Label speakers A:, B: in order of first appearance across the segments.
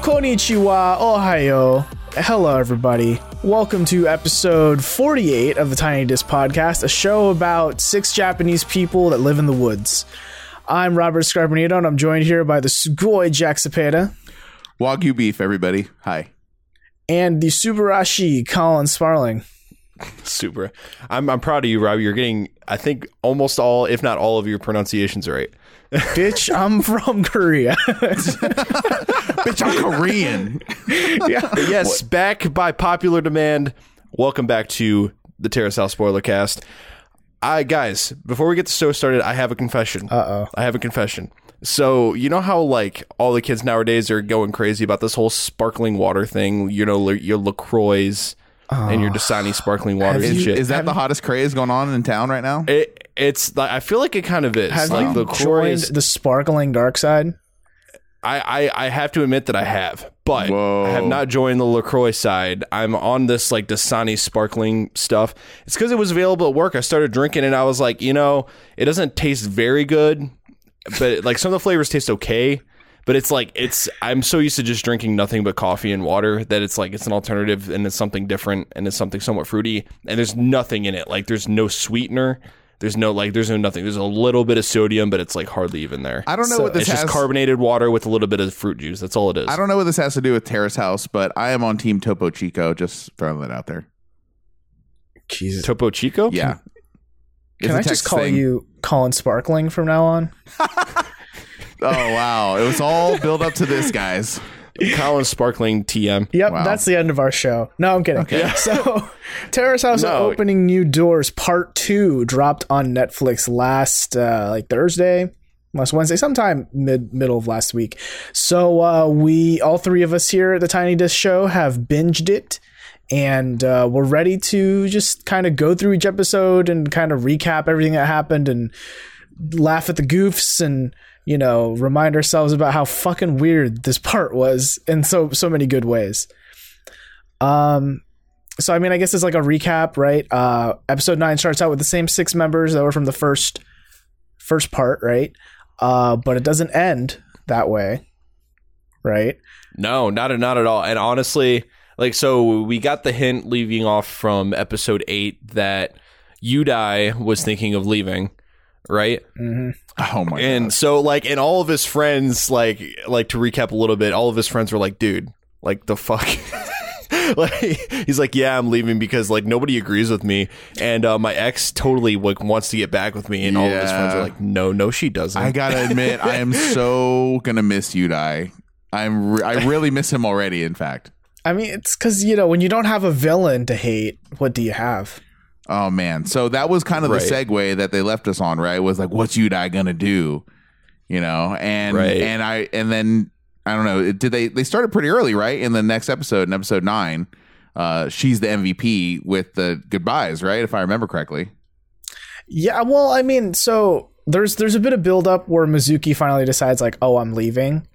A: Konichiwa, Ohio. Hello, everybody. Welcome to episode 48 of the Tiny Disc Podcast, a show about six Japanese people that live in the woods. I'm Robert Scarpanito, and I'm joined here by the Sugoi Jack Cepeda
B: Wagyu beef, everybody. Hi.
A: and the Subarashi Colin Sparling.
C: Super. I'm I'm proud of you, Rob. You're getting I think almost all, if not all, of your pronunciations right.
A: Bitch, I'm from Korea.
B: Bitch, I'm Korean.
C: But yes, back by popular demand. Welcome back to the Terrace House Spoiler Cast. I guys, before we get the show started, I have a confession. Uh oh. I have a confession. So you know how like all the kids nowadays are going crazy about this whole sparkling water thing. You know your- your Lacroix and
A: Uh,
C: your Dasani sparkling water and shit.
B: Is that the hottest craze going on in town right now?
C: it, it's like I feel like it kind of is.
A: Have
C: like
A: you
C: LaCroix
A: joined
C: is-
A: the sparkling dark side?
C: I, I, I have to admit that I have, but
B: Whoa.
C: I have not joined the LaCroix side. I'm on this like Dasani sparkling stuff. It's because it was available at work. I started drinking and I was like, you know, it doesn't taste very good, but like some of the flavors taste okay. But it's like, it's, I'm so used to just drinking nothing but coffee and water that it's like, it's an alternative and it's something different and it's something somewhat fruity and there's nothing in it. Like, there's no sweetener. There's no, like, there's no nothing. There's a little bit of sodium, but it's like hardly even there
B: I don't know what this
C: it's
B: has.
C: just carbonated water with a little bit of fruit juice. That's all it is.
B: I don't know what this has to do with Terrace House, but I am on Team Topo Chico. Just throwing that out there.
A: Jesus.
C: Topo Chico?
B: Yeah. It's
A: Can
B: a
A: I just
B: text
A: call
B: thing.
A: you Colin Sparkling from now on?
B: Oh wow! It was all built up to this, guys.
C: Colin Sparkling TM.
A: Yep,
B: Wow.
A: that's the end of our show. No, I'm kidding. So, Terrace House
C: No.
A: opening new doors part two dropped on Netflix last uh, like Thursday, last Wednesday, sometime mid middle of last week. So uh, we all three of us here at the Tiny Disc Show have binged it. And uh, we're ready to just kind of go through each episode and kind of recap everything that happened and laugh at the goofs and you know remind ourselves about how fucking weird this part was in so so many good ways um so i mean i guess it's like a recap right uh episode 9 starts out with the same six members that were from the first first part right uh but it doesn't end that way right
C: No, not not at all. And honestly, like so we got the hint leaving off from episode eight that Yudai was thinking of leaving, right?
A: Mm-hmm.
B: Oh my
C: And
B: god!
C: so like and all of his friends, like like to recap a little bit, all of his friends were like, dude, like the fuck Like he's like, yeah, I'm leaving because like nobody agrees with me, and uh, my ex totally like wants to get back with me, and all of his friends
B: Yeah.
C: are like, no, no, she doesn't.
B: I gotta admit, I am so gonna miss Udai. I'm re- I really miss him already. In fact,
A: i mean it's because you know when you don't have a villain to hate what do you have
B: Oh man. So that was kind of the
C: Right.
B: segue that they left us on, right? Was like, what's Udai gonna do? You know? And
C: Right.
B: and I and then I don't know, it- did they they started pretty early, right? In the next episode, in episode nine, uh, she's the MVP with the goodbyes, right? If I remember correctly.
A: Yeah, well, I mean, so there's there's a bit of build up where Mizuki finally decides like, "Oh, I'm leaving."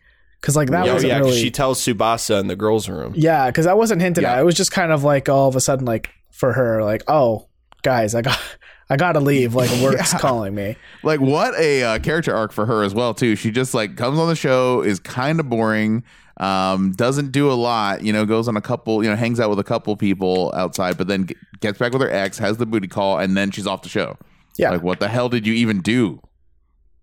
A: Cuz like that
C: Yeah, oh,
A: wasn't
C: yeah, 'cause
A: really
C: she tells Subasa in the girls' room.
A: Yeah, cuz that wasn't hinted at.
B: Yeah.
A: It was just kind of like all of a sudden like for her like, "Oh, guys, I got I got to leave. Like work's calling me."
B: Like what a uh, character arc for her as well too. She just like comes on the show, is kind of boring, um, doesn't do a lot. You know, goes on a couple, you know, hangs out with a couple people outside, but then g- gets back with her ex, has the booty call, and then she's off the show.
A: Yeah.
B: like what the hell did you even do?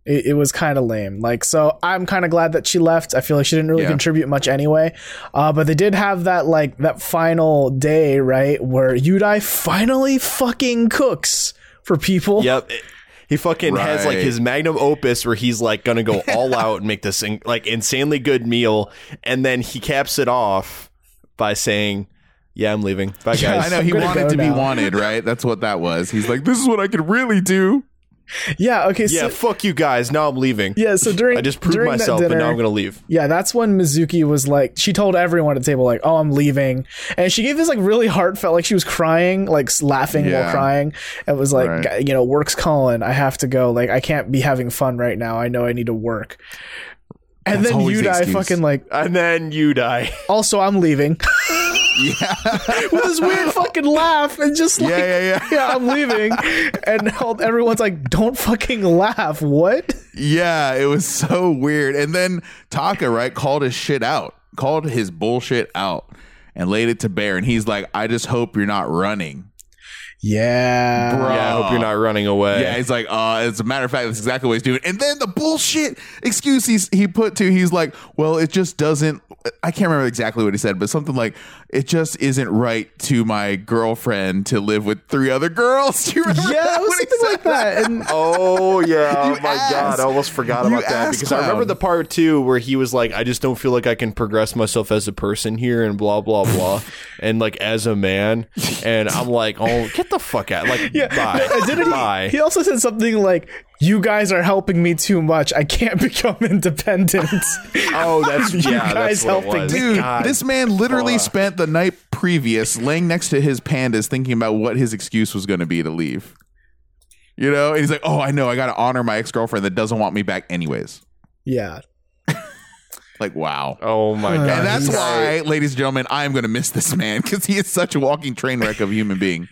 A: it, it was kind of lame. Like, so I'm kind of glad that she left. I feel like she didn't really
B: Yeah.
A: contribute much anyway. Uh, but they did have that like that final day, right, where Yudai finally fucking cooks for people.
C: Yep. it- he fucking has like
B: Right.
C: his magnum opus where he's like gonna go all out and make this in, like insanely good meal, and then he caps it off by saying, "Yeah, I'm leaving. Bye,
A: Yeah,
C: guys."
B: I know
A: I'm
B: he
A: gonna go
B: wanted to be
A: now.
B: wanted, right? That's what that was. He's like, this is what I could really do.
A: Yeah, okay,
C: Yeah,
A: so
C: fuck you guys. Now I'm leaving.
A: yeah, so during
C: I just proved
A: during that
C: myself, but
A: dinner-
C: now I'm gonna leave.
A: Yeah, that's when Mizuki was like, she told everyone at the table, like, oh, I'm leaving. And she gave this, like, really heartfelt, like, she was crying, like, s- laughing while
B: Yeah.
A: crying. And was like,
B: Right.
A: "G- you know, work's calling. I have to go. Like, I can't be having fun right now. I know I need to work. And
B: That's
A: then
B: always the
A: Yudai
B: excuse.
A: fucking, like,
C: And then you die.
A: also, I'm leaving.
B: Yeah.
A: With this weird fucking laugh and just like,
B: Yeah,
A: yeah,
B: yeah, yeah.
A: I'm leaving. and all, everyone's like, don't fucking laugh. What?
B: Yeah, it was so weird. And then Taka, right, called his shit out. called his bullshit out and laid it to bear. And he's like, I just hope you're not running.
A: Yeah.
B: Bro.
C: Yeah, I hope you're not running away.
B: Yeah, he's like, uh, as a matter of fact, that's exactly what he's doing. And then the bullshit excuse he's, he put to, he's like, well, it just doesn't, I can't remember exactly what he said, but something like, it just isn't right to my girlfriend to live with three other girls. Do you remember
A: Yeah,
B: that
A: it was
B: when he
A: something
B: said
A: like that. And
C: Oh yeah! Oh my
B: ass.
C: god! I almost forgot
B: You
C: about that
B: ass
C: because I
B: clown.
C: remember the part too where he was like, "I just don't feel like I can progress myself as a person here," and blah blah blah, and like as a man, and I'm like, "Oh, get the fuck out!" Like, bye,
A: Uh, didn't he-
C: bye.
A: he, also said something like, "You guys are helping me too much. I can't become independent."
C: oh, that's yeah,
A: guys
C: that's what
A: helping
C: it was.
B: Dude,
C: God.
B: this man literally
C: Fuck.
B: spent the night previous laying next to his pandas thinking about what his excuse was going to be to leave. You know, and he's like, "Oh, I know. I got to honor my ex-girlfriend that doesn't want me back anyways."
A: yeah.
B: Like, wow.
C: oh my
A: Uh,
C: god!
B: And that's
C: he's-
B: why, ladies and gentlemen, I am going to miss this man cuz he is such a walking train wreck of a human being.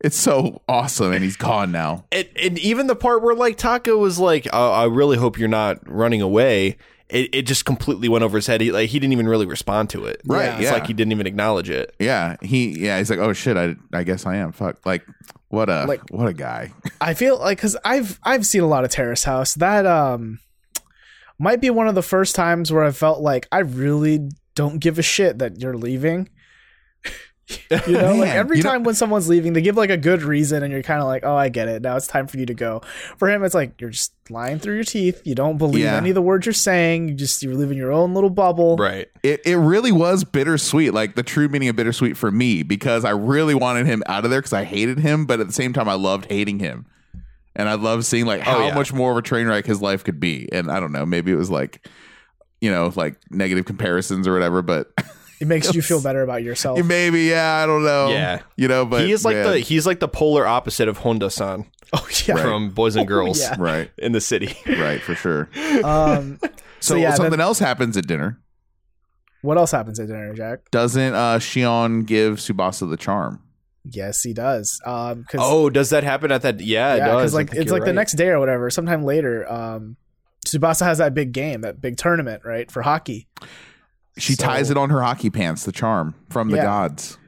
B: it's so awesome and he's gone now.
C: and, and even the part where like Taka was like, uh, "I really hope you're not running away." It, it just completely went over his head. He like he didn't even really respond to it.
B: Right,
C: It's
B: yeah.
C: like he didn't even acknowledge it.
B: Yeah, he yeah, he's like, "Oh shit, I I guess I am. Fuck." Like what a
A: Like-
B: what a guy.
A: I feel like because I've I've seen a lot of Terrace House. That um might be one of the first times where I felt like I really don't give a shit that you're leaving. you know, like
B: Man,
A: every
B: you know-
A: time when someone's leaving, they give like a good reason, and you're kind of like, "Oh, I get it. Now it's time for you to go." For him, it's like you're just lying through your teeth. You don't believe
B: Yeah.
A: any of the words you're saying. You just you're living your own little bubble.
C: Right.
B: it, it really was bittersweet like the true meaning of bittersweet for me because i really wanted him out of there because i hated him but at the same time i loved hating him and i loved seeing like how
C: yeah.
B: much more of a train wreck his life could be and i don't know maybe it was like you know like negative comparisons or whatever but
A: It makes you feel better about yourself.
B: maybe yeah i don't know
C: Yeah.
B: you know but
C: he is like
B: man.
C: the he's like the polar opposite of Honda San
A: oh yeah.
C: from Boys and Girls
A: yeah.
B: right
C: in the city.
B: right for sure
A: Um,
B: so,
A: yeah,
B: something
A: then-
B: else happens at dinner
A: what else happens at dinner, Jack?
B: doesn't uh shion give subasa the charm
A: Yes, he does. Um, cause,
C: Oh, does that happen at that? Yeah, it
A: yeah,
C: does.
A: because
C: I
A: like
C: think
A: it's
C: you're
A: like the
C: right.
A: next day or whatever, sometime later. Um, Tsubasa has that big game, that big tournament, right, for hockey,
B: she
A: So-
B: ties it on her hockey pants the charm from the
A: Yeah.
B: gods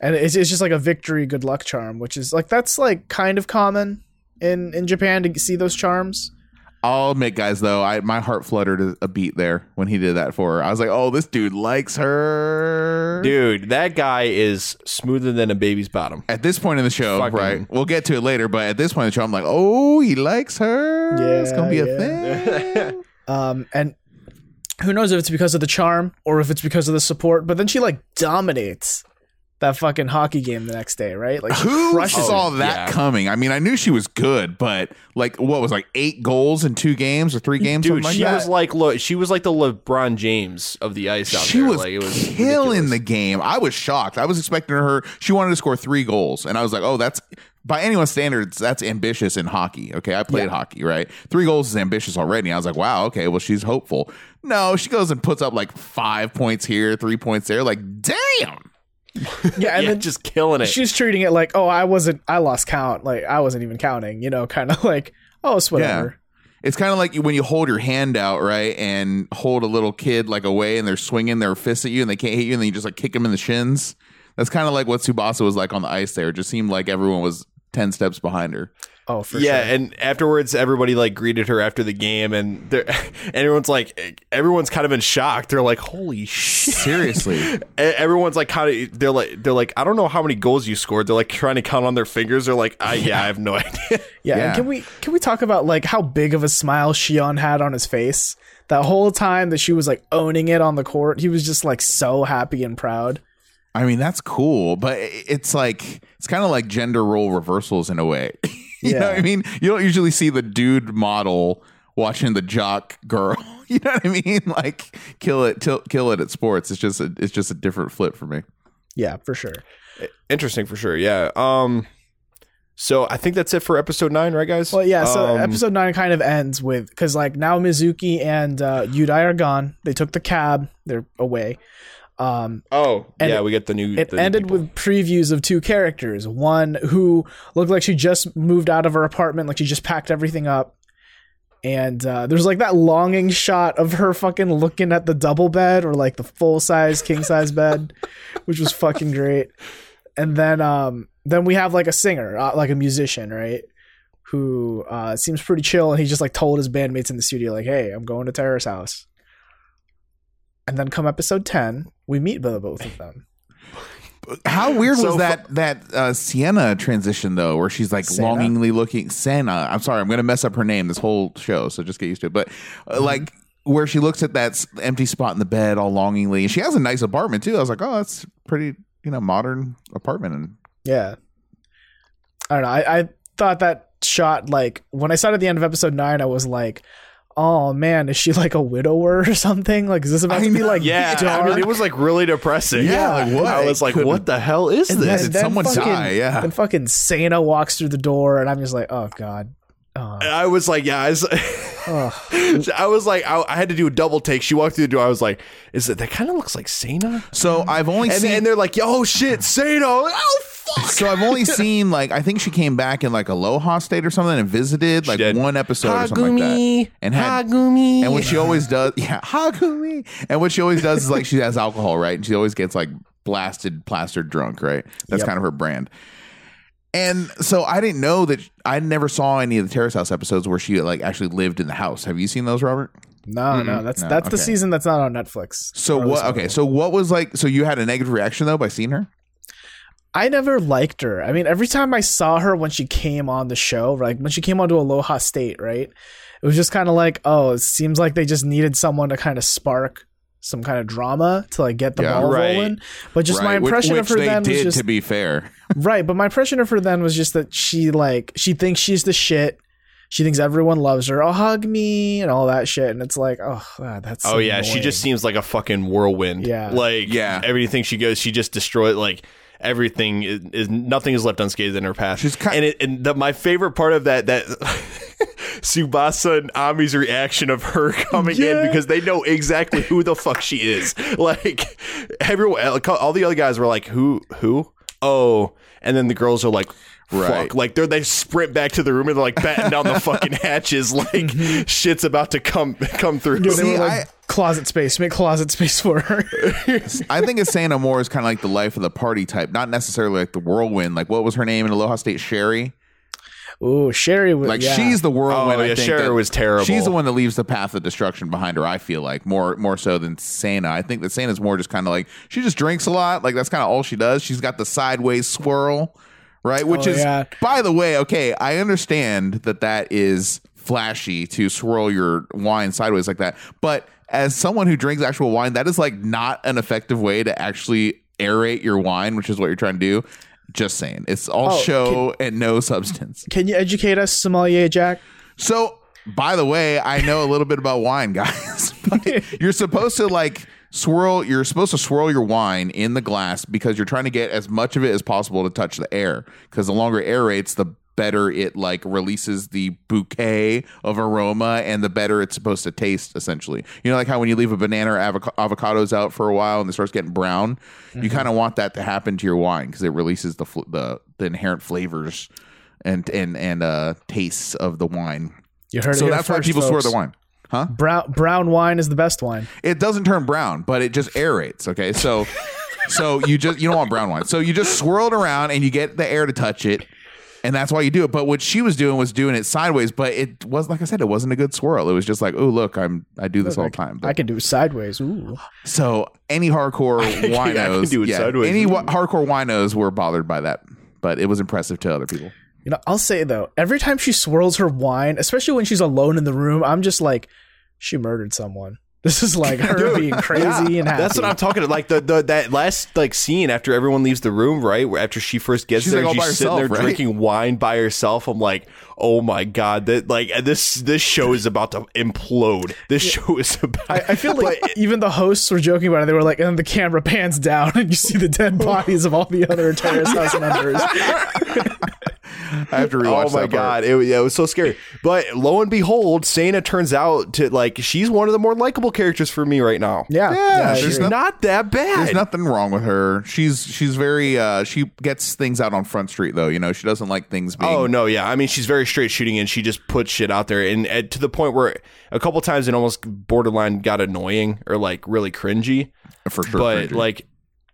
A: and it's, it's just like a victory, good luck charm, which is like that's like kind of common in in Japan to see those charms.
B: I'll admit, guys, though, I my heart fluttered a beat there when he did that for her. I was like, oh, this dude likes her.
C: dude. That guy is smoother than a baby's bottom.
B: At this point in the show,
C: Fucking-
B: right? We'll get to it later, but at this point in the show, I'm like, oh, he likes her.
A: Yeah,
B: it's gonna be a
A: yeah.
B: thing.
A: Um, and who knows if it's because of the charm or if it's because of the support, but then she like dominates that fucking hockey game the next day, right? Like she
B: Who
A: crushes
B: saw
A: it.
B: that
C: yeah.
B: coming? I mean, I knew she was good, but like, what was like eight goals in two games or three games?
A: Oh
B: something
C: Dude,
B: like
C: she
B: that?
C: was like look, she was like the LeBron James of the ice out
B: she
C: there.
B: was,
C: like, it was
B: killing
C: ridiculous.
B: the game. I was shocked. I was expecting her. She wanted to score three goals, and I was like, "Oh, that's by anyone's standards, that's ambitious in hockey." Okay, I played hockey, right? Three goals is ambitious already. I was like, "Wow, okay, well, she's hopeful." No, she goes and puts up like five points here, three points there. Like, damn,
A: yeah, and
C: yeah,
A: then
C: just killing it.
A: she's treating it like, oh, I wasn't, I lost count, like I wasn't even counting, you know, kind of like, oh, it's whatever.
B: it's kind of like when you hold your hand out, right, and hold a little kid like away, and they're swinging their fists at you, and they can't hit you, and then you just like kick them in the shins. That's kind of like what Tsubasa was like on the ice. There, it just seemed like everyone was ten steps behind her.
A: Oh, for
C: yeah,
A: sure.
C: and afterwards, everybody like greeted her after the game, and they're- everyone's like, everyone's kind of in shock. They're like, "Holy shit!"
B: Seriously.
C: E- everyone's like kind of they're like they're like I don't know how many goals you scored. They're like trying to count on their fingers. They're like, I, yeah, I have no idea.
A: Yeah.
B: yeah.
A: And can we can we talk about like how big of a smile Shion had on his face that whole time that she was like owning it on the court? He was just like so happy and proud.
B: I mean, that's cool, but i- it's like it's kind of like gender role reversals in a way. you know
A: Yeah.
B: what I mean? You don't usually see the dude model watching the jock girl. You know what I mean? Like kill it, till, kill it at sports. It's just a, it's just a different flip for me.
A: Yeah, for sure.
C: Interesting for sure. Yeah. Um. So I think that's it for episode nine, right, guys?
A: Well, yeah. So
C: Um,
A: episode nine kind of ends with because like now Mizuki and uh, Yudai are gone. They took the cab. They're away. Um,
C: Oh,
A: and
C: yeah,
A: it-
C: we get the new.
A: It
C: the new
A: ended
C: people.
A: with previews of two characters. One who looked like she just moved out of her apartment, like she just packed everything up, and uh, there's like that longing shot of her fucking looking at the double bed or like the full size king size bed, which was fucking great. And then um then we have like a singer, uh, like a musician, right? Who uh, seems pretty chill, and he just like told his bandmates in the studio, like, "Hey, I'm going to Tara's house." And then come episode ten, we meet the both of them.
B: How weird
C: So
B: was
C: fu-
B: that that uh, Sienna transition though, where she's like
A: Senna?
B: longingly looking Senna. I'm sorry, I'm gonna mess up her name this whole show, so just get used to it. But uh,
C: Mm-hmm.
B: like where she looks at that s- empty spot in the bed all longingly, she has a nice apartment too. I was like, oh, that's pretty, you know, modern apartment. And
A: Yeah. I don't know. I, I thought that shot, like, when I saw it at the end of episode nine, I was like, oh man, is she like a widower or something? Like, is this about
B: I
A: to be
B: know.
A: like
C: Yeah,
A: dark?
C: I mean, it was like really depressing.
B: Yeah, like, what?
C: I was like, what the hell is
A: And
C: this?
B: Did someone die? Yeah.
A: Then fucking Sana walks through the door, and I'm just like, oh god. Oh,
C: And I was like, yeah, I was,
A: Ugh.
C: I was like, I, I had to do a double take. She walked through the door. I was like, is it that kind of looks like Sana?
B: so I've only
C: Mm-hmm. And,
B: seen
C: and they're like, oh shit, Sana. Oh fuck.
B: So I've only seen like I think she came back in like Aloha State or something and visited like
C: did.
B: one episode or something like that. And had
C: Hagumi.
B: and what she always does yeah, Hagumi. And what she always does is like she has alcohol, right? And she always gets like blasted, plastered drunk, right? That's
A: Yep.
B: kind of her brand. And so I didn't know that I never saw any of the Terrace House episodes where she like actually lived in the house. Have you seen those, Robert?
A: no, no, that's
B: Mm-hmm. no,
A: that's the
B: okay.
A: season that's not on Netflix.
B: So
A: Or at
B: what
A: least-
B: okay, so what was like so you had a negative reaction though by seeing her?
A: I never liked her. I mean, every time I saw her when she came on the show, like when she came onto Aloha State, right? It was just kind of like, oh, it seems like they just needed someone to kind of spark some kind of drama to like get the
B: Yeah.
A: ball
C: Right.
A: rolling. But just my
B: Right, which-
A: impression
B: which,
A: of her
B: they
A: then was
B: did
A: just
B: to be fair.
A: right. But my impression of her then was just that she like she thinks she's the shit. She thinks everyone loves her. Oh, hug me and all that shit. And it's like, oh, God, that's
C: Oh
A: so
C: yeah, she
A: annoying.
C: just seems like a fucking whirlwind.
A: Yeah.
C: like
B: Yeah.
C: everything she goes, she just destroys like everything is, is nothing is left unscathed in her path.
B: She's ki-
C: and it, and the, my favorite part of that that. Subasa and Ami's reaction of her coming
A: Yeah.
C: in because they know exactly who the fuck she is. Like everyone, like, all the other guys were like, "Who? Who? Oh!" And then the girls are like, "Fuck!"
B: Right.
C: Like they're they sprint back to the room and they're like batting down the fucking hatches, like shit's about to come come through.
A: Mm-hmm. They were
B: See,
A: like,
B: I-
A: closet space, make closet space for her.
B: I think Asana Moore is kind of like the life of the party type, not necessarily like the whirlwind. Like what was her name in Aloha State? Sherry.
A: Ooh, Sherry was
B: Like
A: yeah.
B: she's the whirlwind.
C: Oh,
B: I
C: yeah,
B: think
C: Sherry
B: that-
C: was terrible.
B: She's the one that leaves the path of destruction behind her. I feel like more more so than Sana. I think that Sana's more just kind of like she just drinks a lot. Like that's kind of all she does. She's got the sideways swirl, right? Which
A: Oh,
B: is,
A: yeah.
B: by the way, okay. I understand that that is flashy to swirl your wine sideways like that, but as someone who drinks actual wine, that is like not an effective way to actually aerate your wine, which is what you're trying to do. Just saying, it's all
A: Oh,
B: show and no substance.
A: Can you educate us, sommelier Jack?
B: So, by the way, I know a little bit about wine, guys. But you're supposed to like swirl. You're supposed to swirl your wine in the glass because you're trying to get as much of it as possible to touch the air. Because the longer it aerates, the better it like releases the bouquet of aroma and the better it's supposed to taste essentially you know like how when you leave a banana or avoc- avocados out for a while and it starts getting brown you kind of want that to happen to your wine because it releases the, fl- the the inherent flavors and and and uh tastes of the wine.
A: You heard it.
B: So
A: here
B: that's why
A: first,
B: people
A: folks.
B: swear the wine. Huh?
A: Brown brown wine is the best wine.
B: It doesn't turn brown, but it just aerates, okay? So so you just you don't want brown wine. So you just swirl it around and you get the air to touch it. And that's why you do it. But what she was doing was doing it sideways, but it was like I said, it wasn't a good swirl. It was just like, oh look, I'm I do this all the time. But-
A: I can do sideways. Ooh.
B: so any hardcore
C: I can
B: winos,
C: do it
B: yeah,
C: sideways.
B: any wa- hardcore winos were bothered by that, but it was impressive to other people.
A: You know, I'll say though, every time she swirls her wine, especially when she's alone in the room, I'm just like, she murdered someone. This is like her being crazy and happy.
C: That's what I'm talking about. Like the, the that last like scene after everyone leaves the room, right? Where after she first gets
B: She's,
C: there,
B: like, all
C: she's
B: by
C: sitting there
B: herself, right?
C: drinking wine by herself. I'm like, oh my god, that like this this show is about to implode. This show is about.
A: I, I feel like even the hosts were joking about it. They were like, and the camera pans down, and you see the dead bodies of all the other terrorist house members.
B: I have to rewatch.
C: oh my
B: that part.
C: god, it, was- yeah, it was so scary. But lo and behold, Sana turns out to like she's one of the more likable characters for me right now.
A: Yeah.
B: Yeah,
A: I
B: she's
A: agree.
B: not-
C: that bad.
B: There's nothing wrong with her. She's she's very uh she gets things out on Front Street though. You know she doesn't like things being.
C: Oh no, yeah. I mean, she's very straight shooting, and she just puts shit out there, and, and to the point where a couple times it almost borderline got annoying or like really cringy.
B: for sure.
C: Oh, but
B: cringy.
C: like,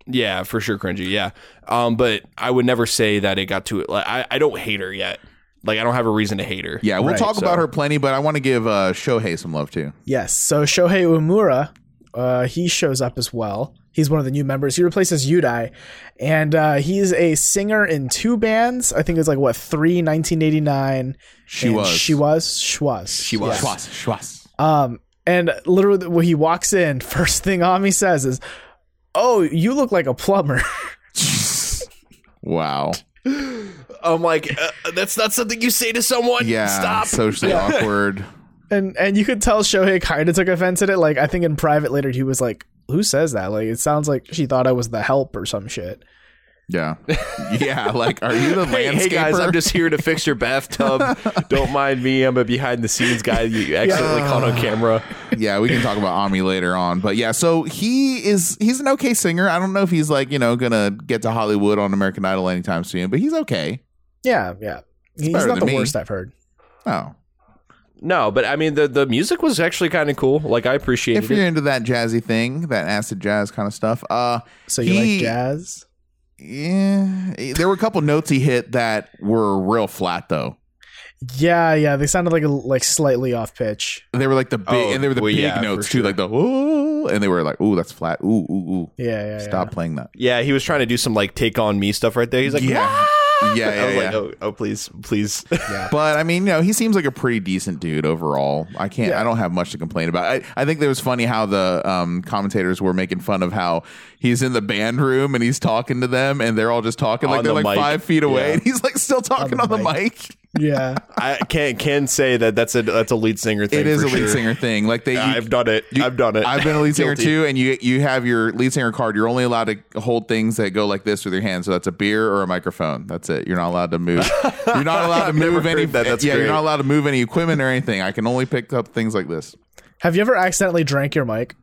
C: yeah, for sure cringy. Yeah. Um, but I would never say that it got to it. Like, I I don't hate her yet. Like, I don't have a reason to hate her.
B: yeah, we'll
A: Right,
B: talk about
C: so-
B: her plenty, but I want to give uh Shohei some love too.
A: Yes. So Shohei Umura, uh, he shows up as well. He's one of the new members. He replaces Yudai, and uh, he's a singer in two bands. I think it's like what three, 1989.
B: She
A: and
B: was.
A: She was. She was. She
C: was.
B: Schwas, schwas.
A: Um, and literally, when he walks in, first thing Ami says is, "Oh, you look like a plumber."
B: Wow.
C: I'm like, uh, that's not something you say to someone.
B: Yeah.
C: Stop.
B: Socially awkward.
A: and and you could tell Shohei kind of took offense at it. Like I think in private later he was like, "Who says that?" Like it sounds like she thought I was the help or some shit.
B: Yeah. Yeah. Like, are you the
C: Hey,
B: landscaper?
C: hey guys, I'm just here to fix your bathtub. Don't mind me. I'm a behind the scenes guy you accidentally caught on camera.
B: yeah, we can talk about Ami later on, but yeah, so he is he's an okay singer. I don't know if he's like you know gonna get to Hollywood on American Idol anytime soon, but he's okay.
A: Yeah, yeah. He's
B: better
A: not
B: than
A: the
B: me.
A: worst I've heard.
B: Oh,
C: No, but I mean the the music was actually kind of cool. Like I
B: if
C: appreciated
B: you're
C: it.
B: into that jazzy thing, that acid jazz kind of stuff, uh,
A: So you
B: He-
A: like jazz?
B: yeah, there were a couple notes he hit that were real flat though.
A: Yeah, yeah. They sounded like a, like slightly off pitch.
B: They were like the big,
C: Oh,
B: and they were the
C: well,
B: big
C: yeah,
B: notes
C: for
B: too,
C: sure.
B: like the ooh, and they were like ooh, that's flat, ooh, ooh, ooh,
A: Yeah, yeah.
B: stop playing that.
C: Yeah, he was trying to do some like take on me stuff right there. He's like, "Ah!"
B: yeah, yeah, yeah.
C: I was
B: yeah.
C: like, oh, oh, please, please.
B: But I mean, you know, he seems like a pretty decent dude overall. I can't, I don't have much to complain about. I, I think it was funny how the um, commentators were making fun of how he's in the band room and he's talking to them and they're all just talking like
C: On
B: they're
C: the
B: like
C: mic.
B: five feet away
C: Yeah.
B: and he's like still talking on the, mic.
A: Yeah. yeah.
C: I can't can say that that's a that's a lead singer thing.
B: It is
C: for
B: a lead
C: sure.
B: singer thing. Like they, you-
C: I've done it.
B: you-
C: I've done it.
B: I've been a lead singer
C: Guilty.
B: too, and you you have your lead singer card. You're only allowed to hold things that go like this with your hands. So that's a beer or a microphone. That's it. You're not allowed to move. You're not allowed to move any.
C: heard that. That's
B: yeah, you're
C: great.
B: not allowed to move any equipment or anything. I can only pick up things like this.
A: Have you ever accidentally drank your mic?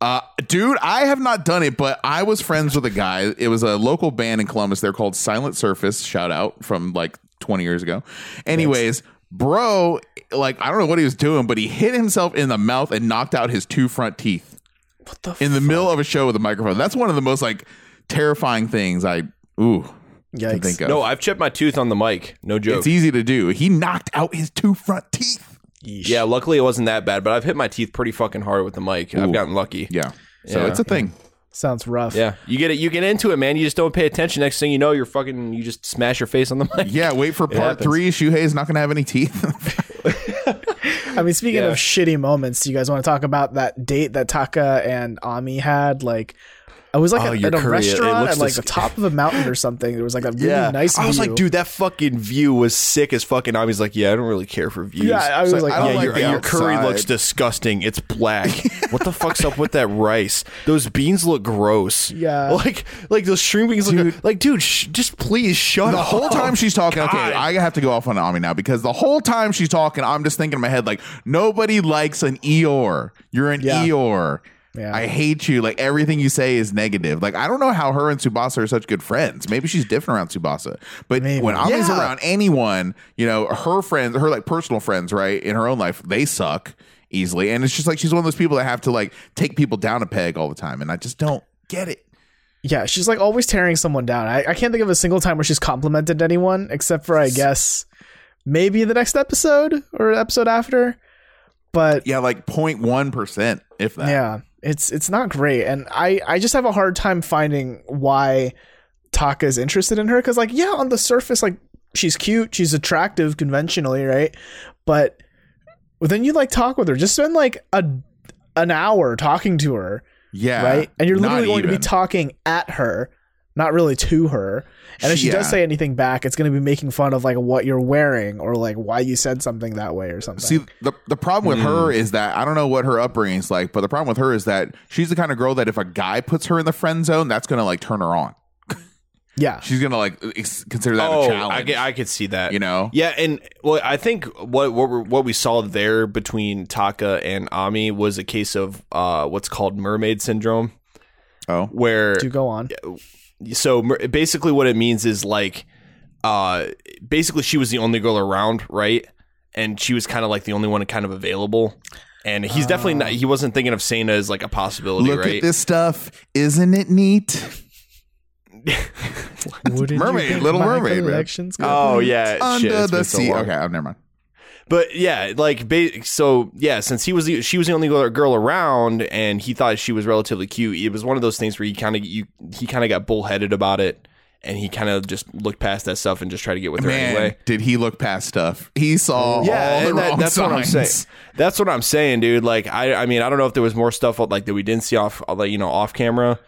B: Uh, dude, I have not done it, but I was friends with a guy. It was a local band in Columbus. They're called Silent Surface. Shout out from like 20 years ago. Anyways, bro, like I don't know what he was doing, but he hit himself in the mouth and knocked out his two front teeth. What
A: the
B: in the middle of a show with a microphone. That's one of the most like terrifying things I ooh can
A: Yikes.
B: think of.
C: no, I've chipped my tooth on the mic. No joke.
B: it's easy to do. He knocked out his two front teeth.
A: Yeesh.
C: Yeah, luckily it wasn't that bad, but I've hit my teeth pretty fucking hard with the mic.
B: Ooh.
C: I've gotten lucky.
B: Yeah. So
C: Yeah.
B: it's a thing.
A: Sounds rough.
C: Yeah, you get it. You get into it, man. You just don't pay attention. Next thing you know, you're fucking. You just smash your face on the mic.
B: Yeah, wait for part
C: happens.
B: three. Shuhei's not gonna have any teeth.
A: I mean, speaking
C: Yeah.
A: of shitty moments, do you guys want to talk about that date that Taka and Ami had? Like, I was like
C: Oh,
A: at,
C: your
A: at a
C: curry, it- it
A: restaurant
C: looks
A: at like
C: dis-
A: the top of a mountain or something. There was like a really nice.
C: I was like,
A: view.
C: dude, that fucking view was sick as fucking. I was like, yeah, I don't really care for views.
A: Yeah, I was
C: It's
A: like, oh,
B: I don't
C: yeah,
B: like
C: your,
B: the
C: your curry
B: outside.
C: looks disgusting. It's black. what the fuck's up with that rice? Those beans look gross.
A: Yeah.
C: like like those string beans look like, dude, sh- just please shut
B: the
C: up.
B: whole time she's
A: Oh,
B: talking, okay,
C: God.
B: I have to go off on Ami now because the whole time she's talking, I'm just thinking in my head, like, nobody likes an Eeyore. You're an
A: Yeah.
B: Eeyore.
A: Yeah.
B: I hate you. Like everything you say is negative. Like I don't know how her and Tsubasa are such good friends. Maybe she's different around Tsubasa, but
A: Maybe.
B: when Ami's
C: Yeah.
B: around anyone, you know, her friends, her like personal friends, right, in her own life, they suck easily. And it's just like she's one of those people that have to like take people down a peg all the time, and I just don't get it.
A: Yeah, she's like always tearing someone down. I, I can't think of a single time where she's complimented anyone, except for I guess maybe the next episode or episode after. But
B: Yeah, like 0.1 percent, if that.
A: yeah, it's it's not great, and I I just have a hard time finding why Taka's interested in her because like yeah, on the surface like she's cute, she's attractive conventionally, right? But then you like talk with her, just spend like a an hour talking to her,
B: yeah,
A: right? And you're
B: Uh, Not
A: literally going to
B: even.
A: be talking at her, not really to her. And if she does
B: Yeah.
A: say anything back, it's going to be making fun of like what you're wearing or like why you said something that way or something.
B: See, the the problem with
C: Mm.
B: her is that I don't know what her upbringing's like, but the problem with her is that she's the kind of girl that if a guy puts her in the friend zone, that's gonna like turn her on.
A: Yeah.
B: she's gonna like ex- consider that a
C: Oh,
B: challenge.
C: I, get- I could see that.
B: you know,
C: Yeah, and well, I think what what we're- what we saw there between Taka and Ami was a case of uh, what's called mermaid syndrome,
B: oh,
C: where
A: Do go on.
C: so mer- basically what it means is like, uh, basically she was the only girl around, right? And she was kind of like the only one kind of available, and he's definitely not. He wasn't thinking of Sana as like a possibility,
B: look
C: right?
B: at this stuff, isn't it neat?
A: Wouldn't you
B: Mermaid,
A: think
B: Little
A: my
B: Mermaid, right?
A: collection's
C: Oh
A: complete?
C: yeah, shit,
B: Under
C: it's been
B: the
C: so
B: sea.
C: long.
B: Okay, I'm never mind.
C: But yeah, like ba- so yeah, since he was the, she was the only girl- girl around, and he thought she was relatively cute. It was one of those things where he kind of you he kind of got bullheaded about it, and he kind of just looked past that stuff and just tried to get with her
B: Man,
C: anyway.
B: did he look past stuff? He saw all
C: Yeah,
B: the
C: and that-
B: wrong
C: that's
B: signs.
C: what I'm saying. That's what I'm saying, dude. Like I I mean I don't know if there was more stuff like that we didn't see off uh, like you know off camera.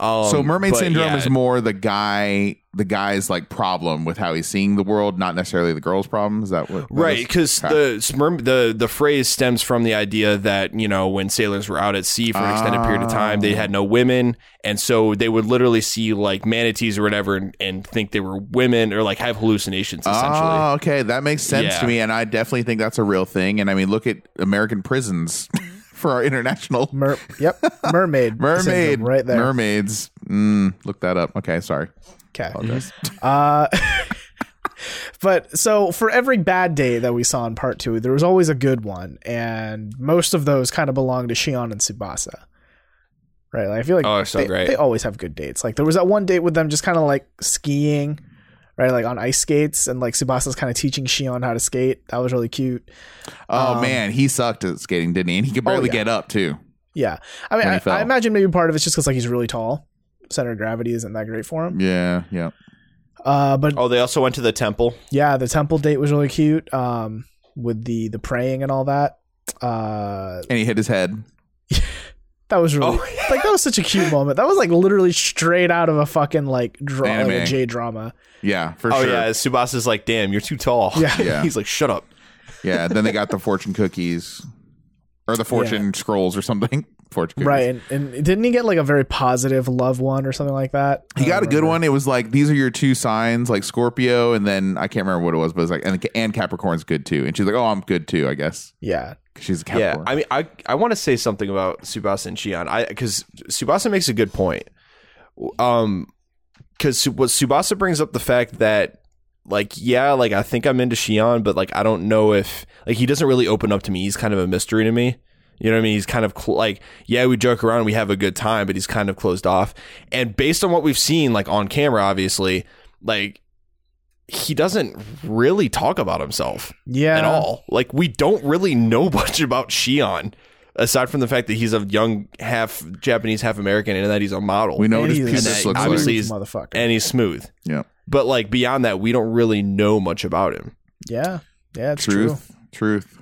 C: Um,
B: So mermaid
C: but
B: syndrome
C: yeah.
B: is more the guy, the guy's like problem with how he's seeing the world, not necessarily the girl's problem. Is that what? that
C: Right,
B: is?
C: because
B: Okay.
C: the smerm- the the phrase stems from the idea that you know when sailors were out at sea for an extended period of time, they
B: Ah.
C: had no women, and so they would literally see like manatees or whatever, and, and think they were women or like have hallucinations essentially.
B: Oh, okay, that makes sense
C: Yeah.
B: to me, and I definitely think that's a real thing. And I mean, look at American prisons for our international
A: Mer- yep. Mermaid.
B: mermaid
A: syndrome right there.
B: Mermaids, mm, look that up. Okay, sorry.
A: okay.
B: Apologize.
A: Uh, but so for every bad day that we saw in part two, there was always a good one, and most of those kind of belong to Shion and Tsubasa. Right, like I feel like
C: Oh, so
A: they,
C: great.
A: they always have good dates. Like there was that one date with them just kind of like skiing, right, like on ice skates, and like Tsubasa's kind of teaching Shion how to skate. That was really cute.
B: Oh
A: Um, oh,
B: man, he sucked at skating, didn't he? And he could barely
A: yeah.
B: get up too.
A: Yeah, I mean,
B: When he
A: I,
B: fell.
A: I imagine maybe part of it's just because like he's really tall, center of gravity isn't that great for him.
B: Yeah, yeah.
A: Uh, but
C: Oh, they also went to the temple.
A: yeah the temple date was really cute um with the the praying and all that uh
B: And he hit his head.
A: that was really
C: Oh.
A: like that was such a cute moment that was like literally straight out of a fucking like drama like a
B: Anime.
A: j drama
B: Yeah, for
C: oh
B: sure.
C: yeah, Subasa's like, damn, you're too tall.
A: Yeah.
B: Yeah.
C: he's like, shut up.
B: Yeah, then they got the fortune cookies or the fortune scrolls or something. Fortune cookies.
A: right and, and didn't he get like a very positive love one or something like that
B: He
A: I
B: got a
A: don't
B: good
A: remember.
B: one. It was like these are your two signs, like Scorpio, and then I can't remember what it was, but it's like and, and Capricorn's good too. And she's like, oh, I'm good too, I guess.
A: yeah
B: 'Cause she's a
C: Yeah,
B: Capricorn.
C: I mean, I I want to say something about Subasa and Shion. I because Subasa makes a good point. Um, because what Subasa brings up the fact that like yeah, like I think I'm into Shion, but like I don't know if like he doesn't really open up to me. He's kind of a mystery to me. You know what I mean? He's kind of cl- like yeah, we joke around, we have a good time, but he's kind of closed off. And based on what we've seen, like on camera, obviously, like he doesn't really talk about himself
A: yeah
C: at all. Like we don't really know much about Shion aside from the fact that he's a young half Japanese, half American, and that he's a model.
B: we know what his
A: He's a
B: penis
C: snake,
B: looks
C: obviously.
B: like.
A: huge
C: he's-
A: motherfucker
C: and he's smooth.
B: Yeah,
C: But like beyond that, we don't really know much about him.
A: yeah yeah it's true
B: truth, truth.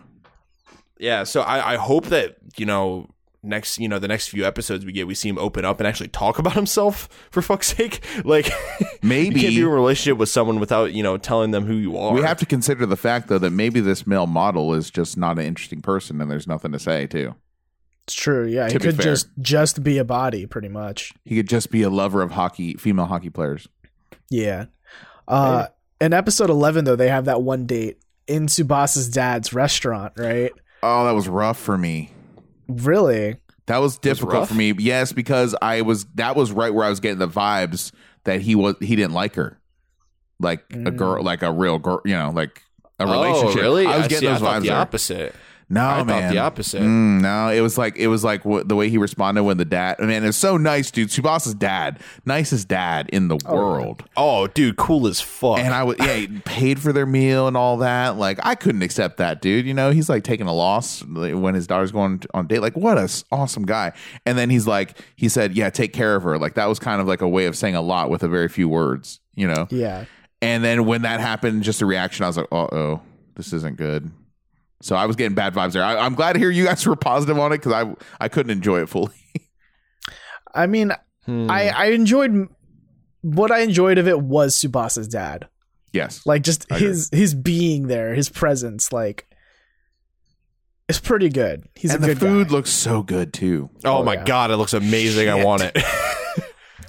C: Yeah, so I, I hope that, you know, next you know, the next few episodes we get we see him open up and actually talk about himself for fuck's sake. Like you
B: Maybe
C: can't be in a relationship with someone without, you know, telling them who you are.
B: we have to consider the fact though that maybe this male model is just not an interesting person, and there's nothing to say too.
A: it's true yeah he
B: To be
A: could
B: fair.
A: just just be a body pretty much
B: He could just be a lover of hockey, female hockey players.
A: Yeah. Uh, in episode 11, though, they have that one date in Subasa's dad's restaurant, right?
B: Oh, that was rough for me.
A: Really?
B: That was difficult
C: rough?
B: for me. Yes, because I was that was right where I was getting the vibes that he was he didn't like her, like a
A: Mm.
B: girl, like a real girl, you know, like a
C: Oh,
B: relationship.
C: really?
B: I was
C: see,
B: getting those
C: I thought
B: vibes.
C: the
B: there.
C: opposite.
B: No,
C: I thought
B: man.
C: the opposite.
B: Mm, no, it was like it was like wh- the way he responded when the dad. Man, it's so nice, dude. Tsubasa's dad, nicest dad in the world.
C: Oh, dude, cool as fuck.
B: And I was yeah, he paid for their meal and all that. Like I couldn't accept that, dude. You know, he's like taking a loss when his daughter's going on a date. Like what a s- awesome guy. And then he's like, he said, yeah, take care of her. Like that was kind of like a way of saying a lot with a very few words. You know.
A: Yeah.
B: And then when that happened, just a reaction, I was like, uh oh, this isn't good. So I was getting bad vibes there. I, I'm glad to hear you guys were positive on it because I I couldn't enjoy it fully.
A: I mean,
C: Hmm.
A: I, I enjoyed what I enjoyed of it was Subasa's dad.
B: yes.
A: Like, just
B: I agree.
A: his his being there, his presence, like, it's pretty good. He's
B: and
A: a
B: the
A: good
B: food
A: guy.
B: looks so good too.
C: Oh,
A: Oh,
C: my
A: yeah.
C: god, it looks amazing. I
B: Shit.
C: want it.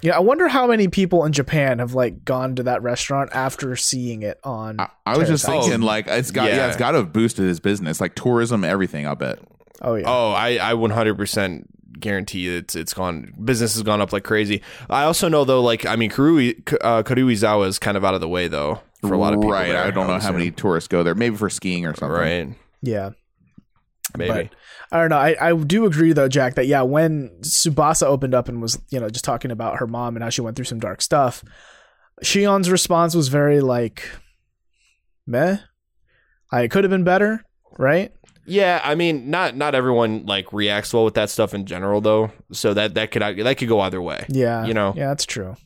A: Yeah, I wonder how many people in Japan have like gone to that restaurant after seeing it on.
B: I, I was just
A: Terrace.
B: thinking, like, it's got, yeah,
C: yeah.
B: it's got to have boosted his business, like tourism, everything. I bet.
A: oh yeah,
B: uh,
C: Oh, I I 100% guarantee it's it's gone. Business has gone up like crazy. I also know thougzawa like I mean, Karui uh, Karuizawa is kind of out of the way though for a lot of people.
B: right?
C: there,
B: I don't know how
C: assume.
B: many tourists go there. Maybe for skiing or something.
C: Right,
A: yeah.
C: maybe.
A: I don't know. I, I do agree though, Jack, that yeah, when Subasa opened up and was, you know, just talking about her mom and how she went through some dark stuff, Shion's response was very like meh. Like, it could have been better, right?
C: Yeah, I mean, not not everyone like reacts well with that stuff in general though. So that that could that could go either way.
A: Yeah.
C: You know.
A: Yeah, that's true.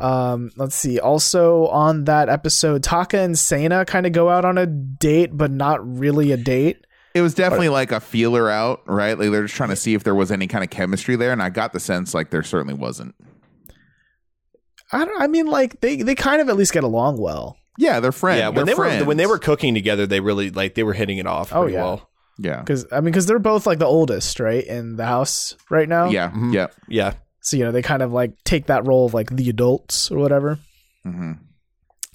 A: Um, let's see. Also on that episode, Taka and Sana kind of go out on a date, but not really a date.
B: It was definitely like a feeler out, right? Like they're just trying to see if there was any kind of chemistry there, and I got the sense like there certainly wasn't.
A: I don't I mean like they they kind of at least get along well.
B: Yeah, they're friends.
C: Yeah, when they
B: They're
C: were when they
B: friends.
C: were cooking together, they really like they were hitting it off.
A: Oh,
C: pretty
A: yeah.
C: well.
B: yeah,
A: Cause I mean, cause they're both like the oldest, right, in the house right now.
B: yeah,
C: Mhm.
B: yeah.
C: yeah.
A: So you know they kind of like take that role of like the adults or whatever.
B: hmm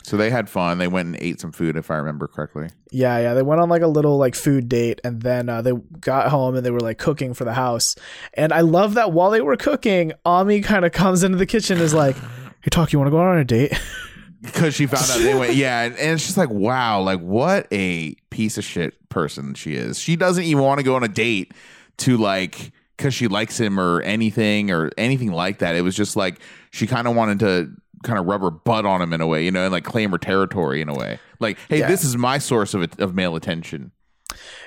B: So they had fun. They went and ate some food, if I remember correctly.
A: Yeah, yeah. They went on like a little like food date, and then uh, they got home and they were like cooking for the house. And I love that while they were cooking, Ami kind of comes into the kitchen and is like, "Hey, talk. You want to go on a date?"
B: because she found out they went yeah and, and it's just like wow like what a piece of shit person she is she doesn't even want to go on a date to like because she likes him or anything or anything like that it was just like she kind of wanted to kind of rub her butt on him in a way you know and like claim her territory in a way like hey
A: Yeah.
B: this is my source of, of male attention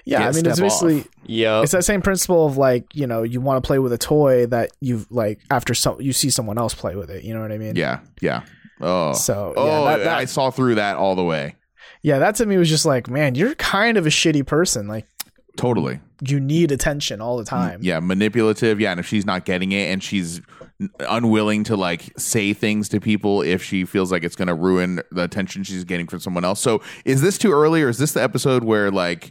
A: Yeah,
B: Yeah,
A: I mean it's
B: step off. Oh.
A: basically
C: Yeah.
A: it's that same principle of like you know you want to play with a toy that you've like after some you see someone else play with it. You know what I mean?
B: yeah yeah oh
A: So, yeah,
B: oh
A: that- that-
B: i saw through that all the way
A: Yeah, that to me was just like, man, you're kind of a shitty person. Like
B: totally
A: you need attention all the time.
B: Mm, yeah manipulative yeah and if she's not getting it and she's n- unwilling to like say things to people if she feels like it's going to ruin the attention she's getting from someone else so is this too early or is this the episode where like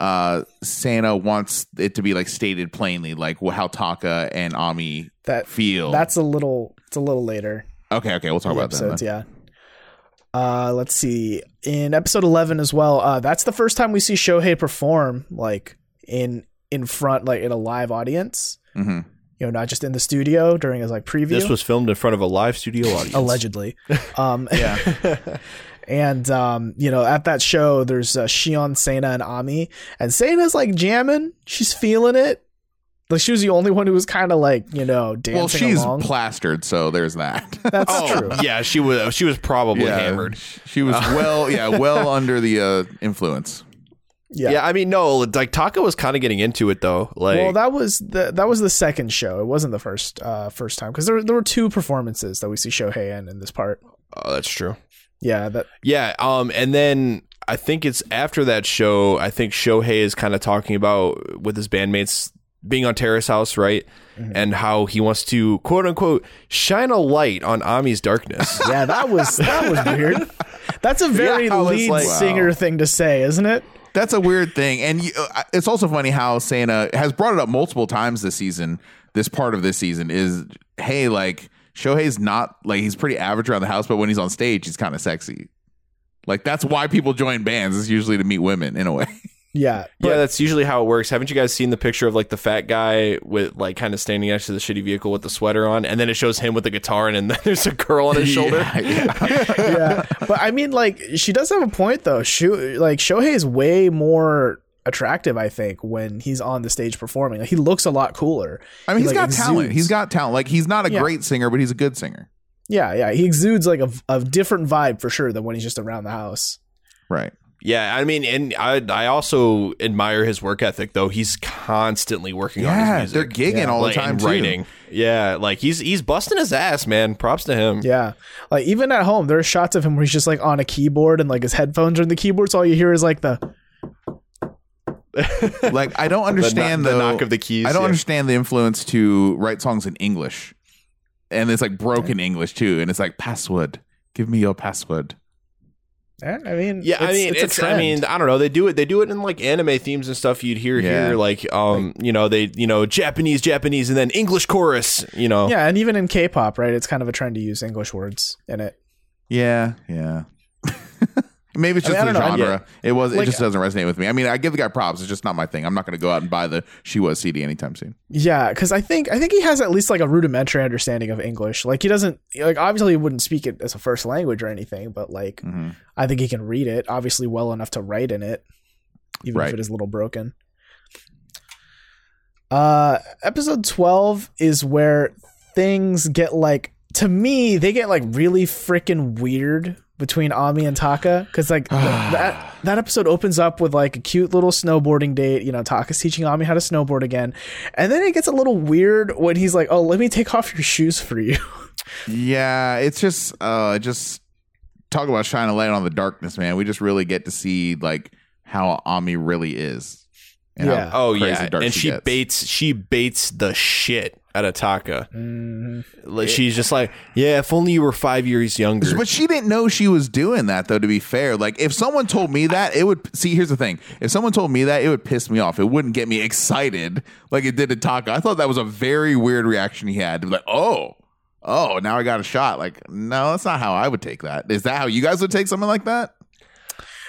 B: uh santa wants it to be like stated plainly like wh- how taka and ami
A: That
B: feel
A: that's a little it's a little later
B: okay okay we'll talk about that
A: episodes,
B: then.
A: yeah. Uh let's see. In episode 11 as well, uh that's the first time we see Shohei perform like in in front like in a live audience,
B: Mhm.
A: you know, not just in the studio during his like preview
C: This was filmed in front of a live studio audience.
A: allegedly. um
B: yeah
A: and um you know, at that show there's uh, Shion, Sena and Ami, and Sena's like jamming, she's feeling it. Like she was the only one who was kind of like, you know, dancing
B: well she's
A: along.
B: plastered so there's that
A: that's
C: Oh,
A: true.
C: yeah, she was she was probably hammered.
B: she was well yeah well under the uh influence
A: Yeah.
C: Yeah, I mean, no, like Taka was kind of getting into it though. Like,
A: well, that was the that was the second show. It wasn't the first uh, first time because there were- there were two performances that we see Shohei in in this part.
C: oh, that's true.
A: Yeah, that
C: Yeah, um, and then I think it's after that show. I think Shohei is kind of talking about with his bandmates being on Terrace House, right?
A: Mm-hmm.
C: And how he wants to quote unquote shine a light on Ami's darkness.
A: yeah that was that was weird. That's a very
C: Yeah, I was
A: lead
C: like-
A: singer thing to say, isn't it?
B: That's a weird thing, and you, uh, it's also funny how Santa has brought it up multiple times this season. This part of this season is, hey, like Shohei's not like he's pretty average around the house, but when he's on stage, he's kind of sexy. Like that's why people join bands is usually to meet women in a way.
A: Yeah,
C: yeah, that's usually how it works. Haven't you guys seen the picture of like the fat guy with like kind of standing next to the shitty vehicle with the sweater on, and then it shows him with the guitar, and then there's a girl on his shoulder.
B: Yeah, yeah.
A: yeah. But I mean, like she does have a point though. She like Shohei is way more attractive, I think, when he's on the stage performing. Like, he looks a lot cooler.
B: I mean,
A: He,
B: he's
A: like,
B: got talent.
A: exudes-
B: He's got talent. Like he's not a
A: Yeah.
B: great singer, but he's a good singer.
A: yeah, yeah. He exudes like a, a different vibe for sure than when he's just around the house.
B: Right.
C: Yeah, I mean, and I I also admire his work ethic though. He's constantly working on
B: Yeah,
C: his music.
B: they're gigging
A: Yeah.
B: all
C: like,
B: the time
C: and
B: too.
C: writing. Yeah, like he's he's busting his ass, man. Props to him.
A: Yeah. Like even at home, there are shots of him where he's just like on a keyboard and like his headphones are in the keyboard, so all you hear is like the
B: Like I don't
C: The,
B: understand
C: kno- the
B: though-
C: knock of the keys.
B: I don't
C: yeah.
B: understand the influence to write songs in English. And it's like broken English too. And it's like password. Give me your password.
A: Eh, I mean,
C: Yeah, I
A: it's-
C: mean, it's,
A: a
C: I
A: trend.
C: mean, I don't know. They do it. They do it in like anime themes and stuff. You'd hear
B: Yeah.
C: here, like, um, you know, they, you know, Japanese, Japanese, and then English chorus. You know,
A: yeah, and even in K-pop, right? It's kind of a trend to use English words in it.
B: Yeah, yeah. Maybe it's
A: I
B: just
A: mean, I
B: the
A: don't know.
B: genre. It was.
A: Like-
B: it just doesn't resonate with me. I mean, I give the guy props. It's just not my thing. I'm not going to go out and buy the She Was CD anytime soon.
A: Yeah, because I think I think he has at least like a rudimentary understanding of English. Like he doesn't like obviously he wouldn't speak it as a first language or anything, but like
B: hmm
A: I think he can read it obviously well enough to write in it, even if
B: Right.
A: it is a little broken. Uh, episode twelve is where things get like to me they get like really freaking weird between Ami and Taka because like th- that that episode opens up with like a cute little snowboarding date. You know, Taka's teaching Ami how to snowboard again, and then it gets a little weird when he's like, "Oh, let me take off your shoes for you."
B: Yeah, it's just uh just talk about shine a light on the darkness, man. We just really get to see like how Ami really is. And how
A: Yeah.
C: Oh
B: crazy
C: yeah,
B: dark
C: and
B: she
C: she
B: gets.
C: baits she baits the shit out of Taka.
A: Mhm.
C: Like, She's just like, yeah, if only you were five years younger.
B: But she didn't know she was doing that, though. To be fair, like if someone told me that, it would see. Here's the thing: if someone told me that, it would piss me off. It wouldn't get me excited like it did to Taka. I thought that was a very weird reaction he had. To be like, oh, oh, now I got a shot. Like, no, that's not how I would take that. Is that how you guys would take something like that?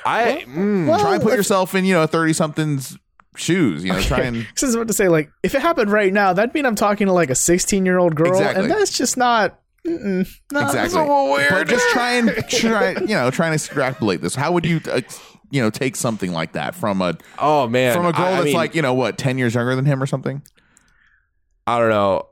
C: I mm,
A: Well,
B: Try and put
A: let's-
B: yourself in, you know, thirty something's shoes. You know, try and
A: 'Cause I was about to say, like, if it happened right now, that'd mean I'm talking to like a 16 year old girl,
B: Exactly.
A: and that's just not. Mm-mm, no, that's
B: exactly.
A: not what we're-
B: But just try and try, you know, try and extrapolate this. How would you, uh, you know, take something like that from a
C: oh man,
B: from a girl
C: I, I
B: that's
C: mean,
B: like you know what, ten years younger than him or something?
C: I don't know.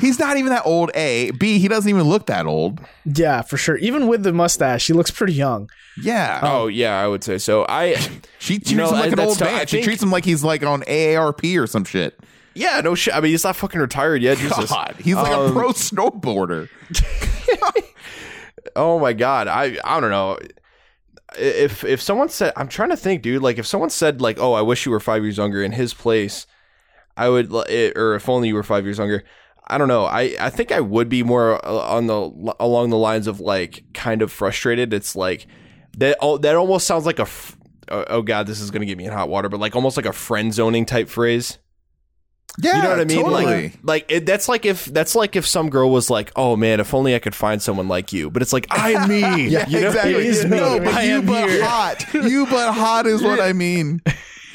B: He's not even that old. A B. He doesn't even look that old.
A: Yeah, for sure. Even with the mustache, she looks pretty young.
B: Yeah,
C: Oh yeah, I would say so. I
B: she treats
C: you know,
B: him like
C: I-
B: an
C: that's
B: old
C: tough. I
B: man. she
C: think-
B: treats him like he's like on AARP or some shit.
C: yeah, no shit. I mean, he's not fucking retired yet. Jesus.
B: God, he's like
C: Um,
B: a pro snowboarder.
C: Oh my god, I I don't know. If if someone said, I'm trying to think, dude. Like if someone said, like, oh, I wish you were five years younger in his place, I would, l- it, or if only you were five years younger. I don't know. I I think I would be more uh, on the along the lines of like kind of frustrated. It's like that. al- That almost sounds like a. F- oh oh god, this is gonna get me in hot water, but like almost like a friend zoning type phrase
B: Yeah,
C: you know what I mean?
B: Totally.
C: Like, like it, that's like if that's like if some girl was like, "Oh man, if only I could find someone like you," but it's like I'm me.
B: yeah,
C: you know?
B: exactly.
A: It is me.
B: No, but
A: I
B: you
A: am
B: but
A: here.
B: hot. You but hot is what I mean.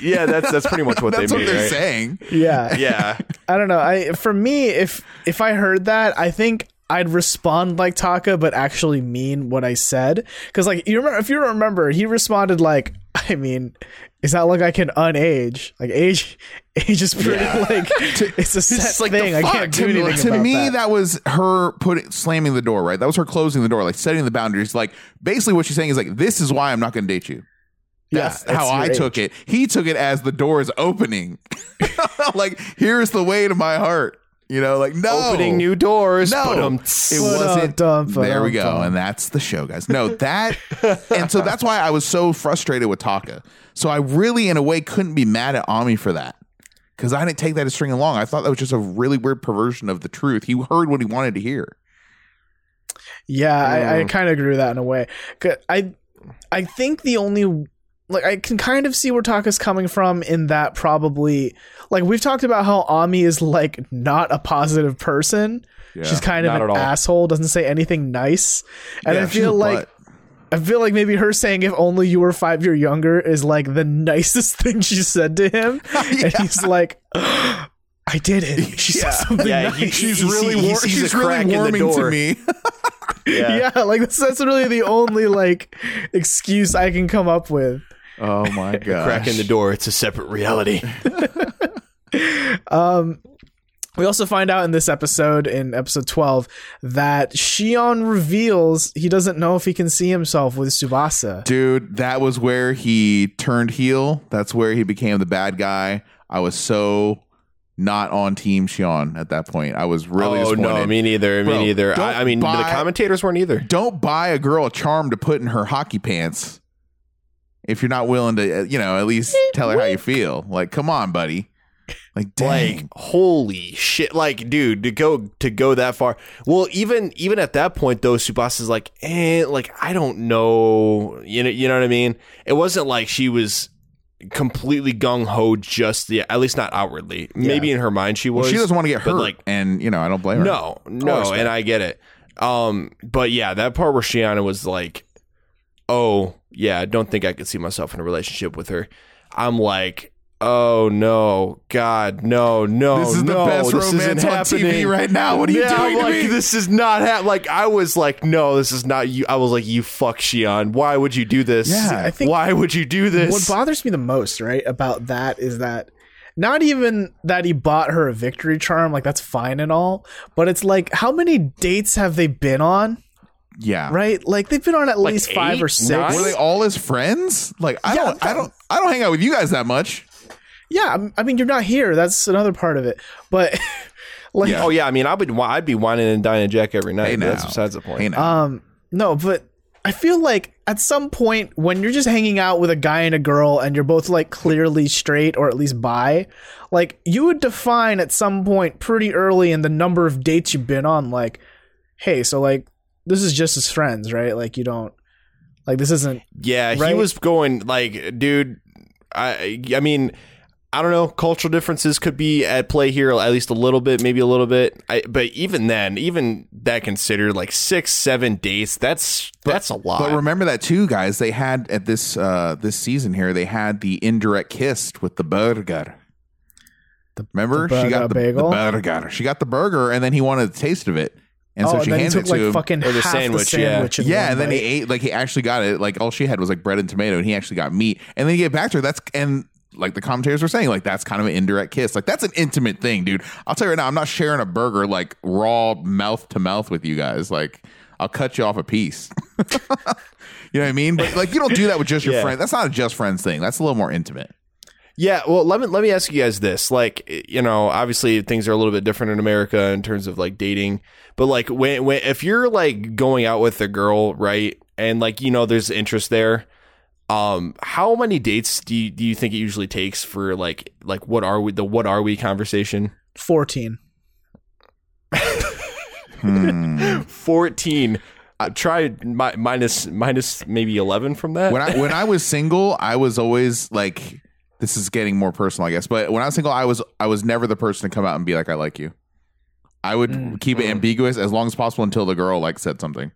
C: Yeah, that's that's pretty much what
B: That's
C: they
B: what
C: mean.
B: they're
C: right?
B: saying.
A: Yeah,
C: Yeah,
A: I don't know. I for me, if if I heard that, I think I'd respond like Taka, but actually mean what I said. Because like you remember, if you remember, he responded like, "I mean, it's not like I can unage. Like age, age is pretty like it's a set
C: like the
A: thing. I
C: fuck
A: can't
B: to
A: do
B: me-
A: anything
B: to
A: about
B: me
A: that.
B: that. was her putting slamming the door right that was her closing the door like setting the boundaries like basically what she's saying is like this is why i'm not going to date you
A: Yeah,
B: that's
A: it's
B: how
A: your
B: i
A: age.
B: took it he took it as the door is opening like here's the way to my heart you know like no
C: opening new doors.
B: no,
C: but, um,
B: it wasn't.
A: Ba-dum-dum,
B: there we go,
A: ba-dum-dum.
B: and that's the show, guys. No, that, and so that's why I was so frustrated with Taka. So I really, in a way, couldn't be mad at Ami for that because I didn't take that as string along. I thought that was just a really weird perversion of the truth. He heard what he wanted to hear.
A: Yeah, I, I kind of agree with that in a way. 'Cause I I think the only like I can kind of see where Taka's coming from in that probably like we've talked about how Ami is like not a positive person. She's kind of
C: not
A: an
C: at all.
A: asshole, doesn't say anything nice. And
B: Yeah,
A: I
B: she's a
A: feel like
B: butt.
A: I feel like maybe her saying if only you were five year younger is like the nicest thing she said to him. And he's like I did it. She said something
C: Yeah,
A: nice.
C: he-
B: she's
C: he-
B: really
C: he
B: war-
C: sees
B: she's
C: a crack
B: really
C: in the
B: warming to
C: door.
B: me.
A: yeah. like that's, that's really the only like excuse I can come up with.
B: oh my god!
C: cracking the door. It's a separate reality.
A: We also find out in this episode, in episode 12, that Shion reveals he doesn't know if he can see himself with Subasa.
B: Dude, that was where he turned heel. That's where he became the bad guy. I was so not on Team Sean at that point. I was really
C: oh
B: disappointed.
C: no, me neither. Me
B: Bro,
C: neither.
B: don't
C: I, I mean, the
B: buy-
C: commentators weren't either.
B: Don't buy a girl a charm to put in her hockey pants if you're not willing to, uh, you know, at least tell her how you feel. Like, come on, buddy. Like, dang.
C: Like holy shit! Like dude, to go to go that far. Well, even even at that point though, Subas is like, eh, like I don't know, you know, you know what I mean. It wasn't like she was completely gung ho just the at least not outwardly. Maybe in her mind she was.
B: she doesn't want to get
C: but,
B: hurt,
C: like,
B: and you know I don't blame her.
C: no, no,
A: respect.
C: and I get it. Um, but yeah, that part where Shiana was like, "Oh, yeah, I don't think I could see myself in a relationship with her." I'm like, "Oh no, God, no, no,
B: this is the
C: no,
B: best
C: this isn't
B: romance on
C: happening.
B: TV right now. What are you
C: Yeah,
B: doing
C: I'm
B: to
C: like,
B: me?
C: This is not ha- like I was like, no, this is not you. I was like, you fuck Shion. Why would you do this?
B: Yeah,
A: I think-
C: why would you do
A: What
C: this?
A: bothers me the most, right, about that is that not even that he bought her a victory charm, like that's fine and all, but it's like how many dates have they been on,
B: yeah.
A: right? Like they've been on at least five
C: eight,
A: or six.
C: nine?
B: Were they all his friends? Like I
A: Yeah,
B: don't, I don't, I don't hang out with you guys that much.
A: Yeah, I'm- I mean you're not here. That's another part of it, but like
B: Yeah.
C: oh yeah, I mean, I'd be I'd be whining and dining Jack every night.
B: Hey,
C: but that's
B: now.
C: besides the point.
B: Hey, now.
A: Um, no, but I feel like at some point when you're just hanging out with a guy and a girl and you're both like clearly straight or at least bi, like you would define at some point pretty early in the number of dates you've been on, like, hey, so like this is just as friends, right? Like you don't like this isn't
C: Yeah, he
A: Right?
C: was going like, dude. I I mean, I don't know. Cultural differences could be at play here, at least a little bit, maybe a little bit. I, but even then, even that considered, like six, seven dates. That's that's a lot.
B: But remember that too, guys. They had at this uh this season here. They had the indirect kiss with the burger. remember
A: the
B: she
A: burger
B: got the, the
A: bagel?
B: burger. She got the burger, and then he wanted a taste of it, and so
A: oh, and
B: she
A: then he took
B: handed it to
A: like
B: him.
A: fucking
C: Or the
A: half
C: sandwich,
A: the
C: yeah.
A: sandwich in
B: yeah,
A: one
B: and then he
A: bite.
B: ate like he actually got it. Like all she had was like bread and tomato, and he actually got meat. And then he gave it back to her. That's and like the commentators were saying, like that's kind of an indirect kiss. Like that's an intimate thing, dude. I'll tell you right now, I'm not sharing a burger like raw mouth to mouth with you guys. Like I'll cut you off a piece. you know what I mean? But like you don't do that with just your
C: Yeah.
B: friend. That's not a just friends thing. That's a little more intimate.
C: Yeah, well, let me let me ask you guys this. Like, you know, obviously things are a little bit different in America in terms of like dating, but like when when if you're like going out with a girl, right, and like you know there's interest there, um, how many dates do you, do you think it usually takes for like like what are we the what are we conversation?
A: fourteen.
B: Hmm.
C: Fourteen. I tried mi- minus minus maybe eleven from that.
B: when I when I was single, I was always like, this is getting more personal, I guess. But when I was single, I was I was never the person to come out and be like, I like you. I would keep it ambiguous as long as possible until the girl like said something.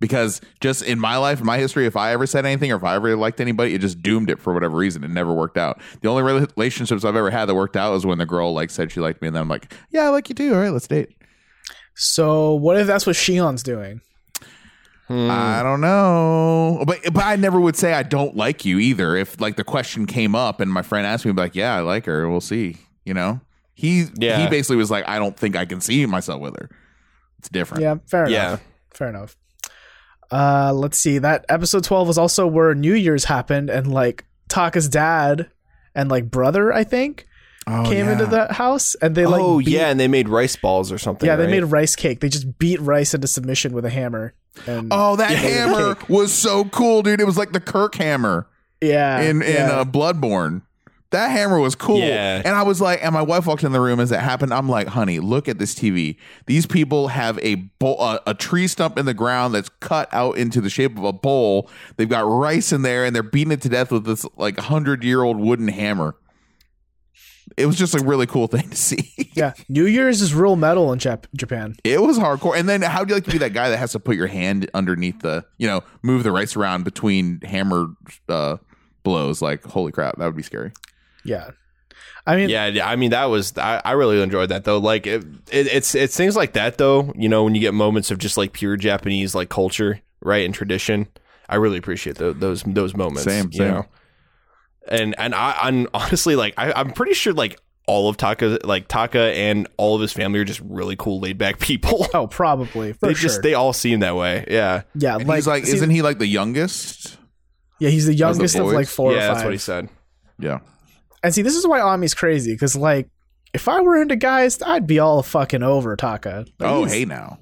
B: Because just in my life, my history, if I ever said anything or if I ever liked anybody, it just doomed it for whatever reason. It never worked out. The only relationships I've ever had that worked out was when the girl like said she liked me, and then I'm like, yeah, I like you too. All right, let's date.
A: So what if that's what Shion's doing?
C: Hmm. Mm.
B: I don't know, but but I never would say I don't like you either. If like the question came up and my friend asked me, I'd be like, yeah, I like her. We'll see. You know, he
C: Yeah.
B: he basically was like, I don't think I can see myself with her. It's different.
A: Yeah, fair enough.
C: yeah,
A: Fair enough. Uh, let's see. That episode twelve was also where New Year's happened, and like Taka's dad and like brother, I think,
B: Oh,
A: came
B: yeah.
A: into the house, and they like
C: oh
A: beat-
C: yeah, and they made rice balls or something.
A: yeah, they
C: right?
A: made rice cake. They just beat rice into submission with a hammer. And
B: Oh, that hammer
A: cake.
B: was so cool, dude! It was like the Kirk hammer
A: yeah,
B: in in
A: yeah.
B: uh, Bloodborne. That hammer was cool,
C: Yeah.
B: and I was like, and my wife walked in the room as it happened. I'm like, honey, look at this TV. These people have a bowl, a, a tree stump in the ground that's cut out into the shape of a bowl. They've got rice in there, and they're beating it to death with this like hundred year old wooden hammer. It was just a really cool thing to see.
A: yeah. New Year's is real metal in Jap- Japan.
B: It was hardcore. And then how do you like to be that guy that has to put your hand underneath the, you know, move the rice around between hammer uh, blows? Like, holy crap, that would be scary.
A: Yeah, I mean,
C: yeah yeah, i mean that was i, I really enjoyed that though like it, it, it's it's things like that though you know when you get moments of just like pure japanese like culture right and tradition i really appreciate tho- those those moments
B: Same,
C: you
B: same.
C: know? and and i i'm honestly like I, i'm pretty sure like all of taka like taka and all of his family are just really cool laid back people
A: oh, probably for
C: they
A: sure.
C: just they all seem that way yeah
A: yeah,
B: And
A: like,
B: he's like,
A: see-
B: isn't he like the youngest?
A: yeah, he's the
B: Those are the
A: youngest of
B: boys?
A: like four
C: yeah
A: or
C: that's
A: five.
C: what he said
B: Yeah.
A: And see, this is why Ami's crazy because like. If I were into guys, I'd be all fucking over Taka. Like,
B: Oh,
A: he's-
B: hey now.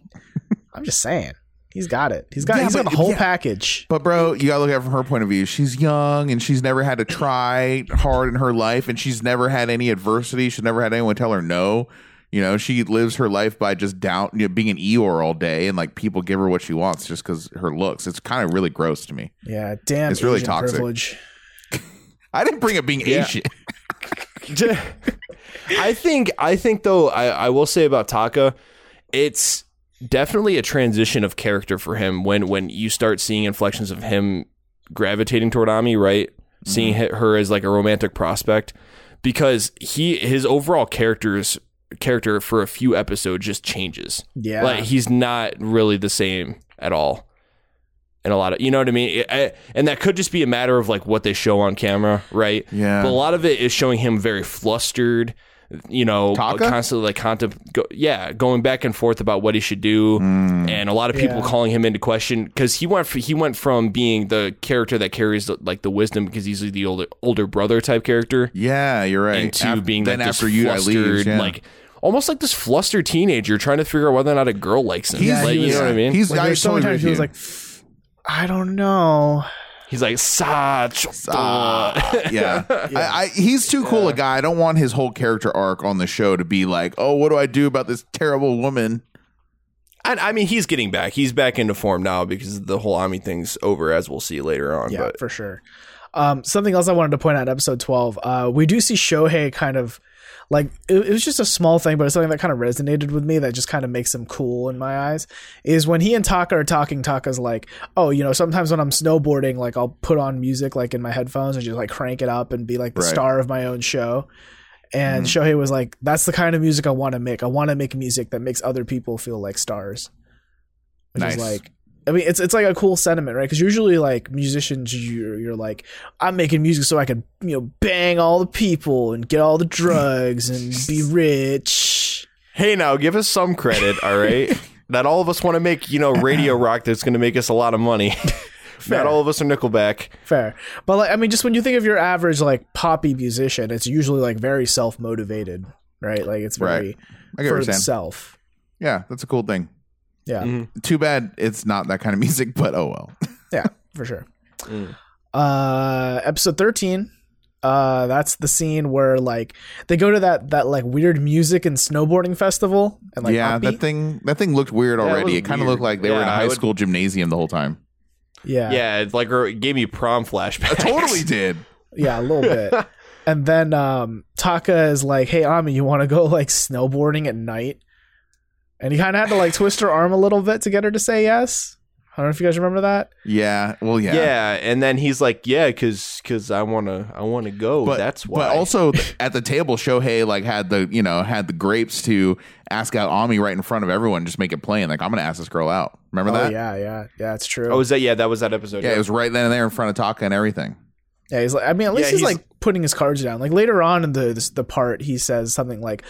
A: I'm just saying. He's got it. He's got.
B: Yeah,
A: he's got
B: but-
A: the whole
B: yeah.
A: package.
B: But bro, you gotta look at it from her point of view. She's young and she's never had to try hard in her life, and she's never had any adversity. She's never had anyone tell her no. You know, she lives her life by just down, you know, being an Eeyore all day, and like people give her what she wants just because her looks. It's kind of really gross to me.
A: Yeah, damn.
B: It's really
A: Asian
B: toxic.
A: Privilege.
B: I didn't bring up being
C: Yeah.
B: Asian.
C: I think I think though I, I will say about Taka, it's definitely a transition of character for him when when you start seeing inflections of him gravitating toward Ami, right? Seeing he- her as like a romantic prospect because he his overall character's character for a few episodes just changes.
A: Yeah.
C: Like he's not really the same at all. And a lot of you know what I mean, I- I- and that could just be a matter of like what they show on camera, right?
B: Yeah.
C: But a lot of it is showing him very flustered, you know,
B: Taka?
C: constantly like contempl- go, yeah, going back and forth about what he should do,
B: Hmm.
C: and a lot of people
A: Yeah.
C: calling him into question because he went f- he went from being the character that carries the, like the wisdom because he's the older older brother type character
B: Yeah, you're right.
C: into
B: Af-
C: being
B: then
C: like this
B: after you, I
C: flustered,
B: leave. yeah.
C: like almost like this flustered teenager trying to figure out whether or not a girl likes him.
B: He's-
C: like,
A: he
C: you
A: was-
C: know what I mean?
B: He's
A: Like,
B: I
A: there's so many
B: totally
A: times he was
B: agree with
A: like, I don't know.
C: He's, like Sa Choto."
B: Ah, yeah. I, I, he's too cool a guy. I don't want his whole character arc on the show to be like, oh, what do I do about this terrible woman?
C: And I mean, he's getting back. He's back into form now because the whole Ami thing's over, as we'll see later on.
A: Yeah,
C: but
A: for sure. Um, something else I wanted to point out in episode 12, uh, we do see Shohei kind of like it, it was just a small thing, but it's something that kind of resonated with me that just kind of makes him cool in my eyes. Is when he and Taka are talking, Taka's like, Oh, you know, sometimes when I'm snowboarding, like I'll put on music like in my headphones and just like crank it up and be like the
B: Right.
A: star of my own show. And
B: Mm-hmm.
A: Shohei was like, That's the kind of music I want to make. I want to make music that makes other people feel like stars. Which
B: Nice.
A: is like I mean, it's it's like a cool sentiment, right? Because usually, like musicians, you're you're like, I'm making music so I can you know bang all the people and get all the drugs and be rich.
C: hey, now give us some credit, all right? Not all of us want to make you know radio rock that's going to make us a lot of money. Not all of us are Nickelback.
A: Fair, but like, I mean, just when you think of your average like poppy musician, it's usually like very self motivated, right? Like it's very
B: I
A: for
B: get what you're saying.
A: itself.
B: Yeah, that's a cool thing.
A: Yeah,
C: Mm-hmm.
B: Too bad it's not that kind of music, but oh well.
A: yeah, for sure.
C: Mm.
A: Uh, episode thirteen. Uh, that's the scene where like they go to that that like weird music and snowboarding festival and like
B: yeah,
A: upbeat.
B: that thing that thing looked weird
C: was
B: already. It kind of
C: weird.
B: looked like they were
C: Yeah,
B: in a
C: I
B: high
C: would-
B: school gymnasium the whole time.
A: yeah,
C: Yeah, it's like it gave me prom flashbacks.
B: Totally did.
A: Yeah, a little bit. and then um, Taka is like, "Hey, Ami, you want to go like snowboarding at night?" And he kind of had to like twist her arm a little bit to get her to say yes. I don't know if you guys remember that.
B: Yeah. Well, yeah.
C: Yeah. and then he's like, "Yeah, cause, 'cause I wanna, I wanna go.
B: But
C: That's why."
B: But also th- at the table, Shohei like had the you know had the grapes to ask out Ami right in front of everyone, just make it plain. Like I'm gonna ask this girl out. Remember
A: Oh
B: that?
A: yeah, yeah, yeah. It's true.
C: oh, is that yeah? That was that episode.
B: Yeah, it was right then and there in front of Taka and everything.
A: yeah, he's like, I mean, at least
C: Yeah,
A: he's,
C: he's-
A: like putting his cards down. Like later on in the this, the part, he says something like,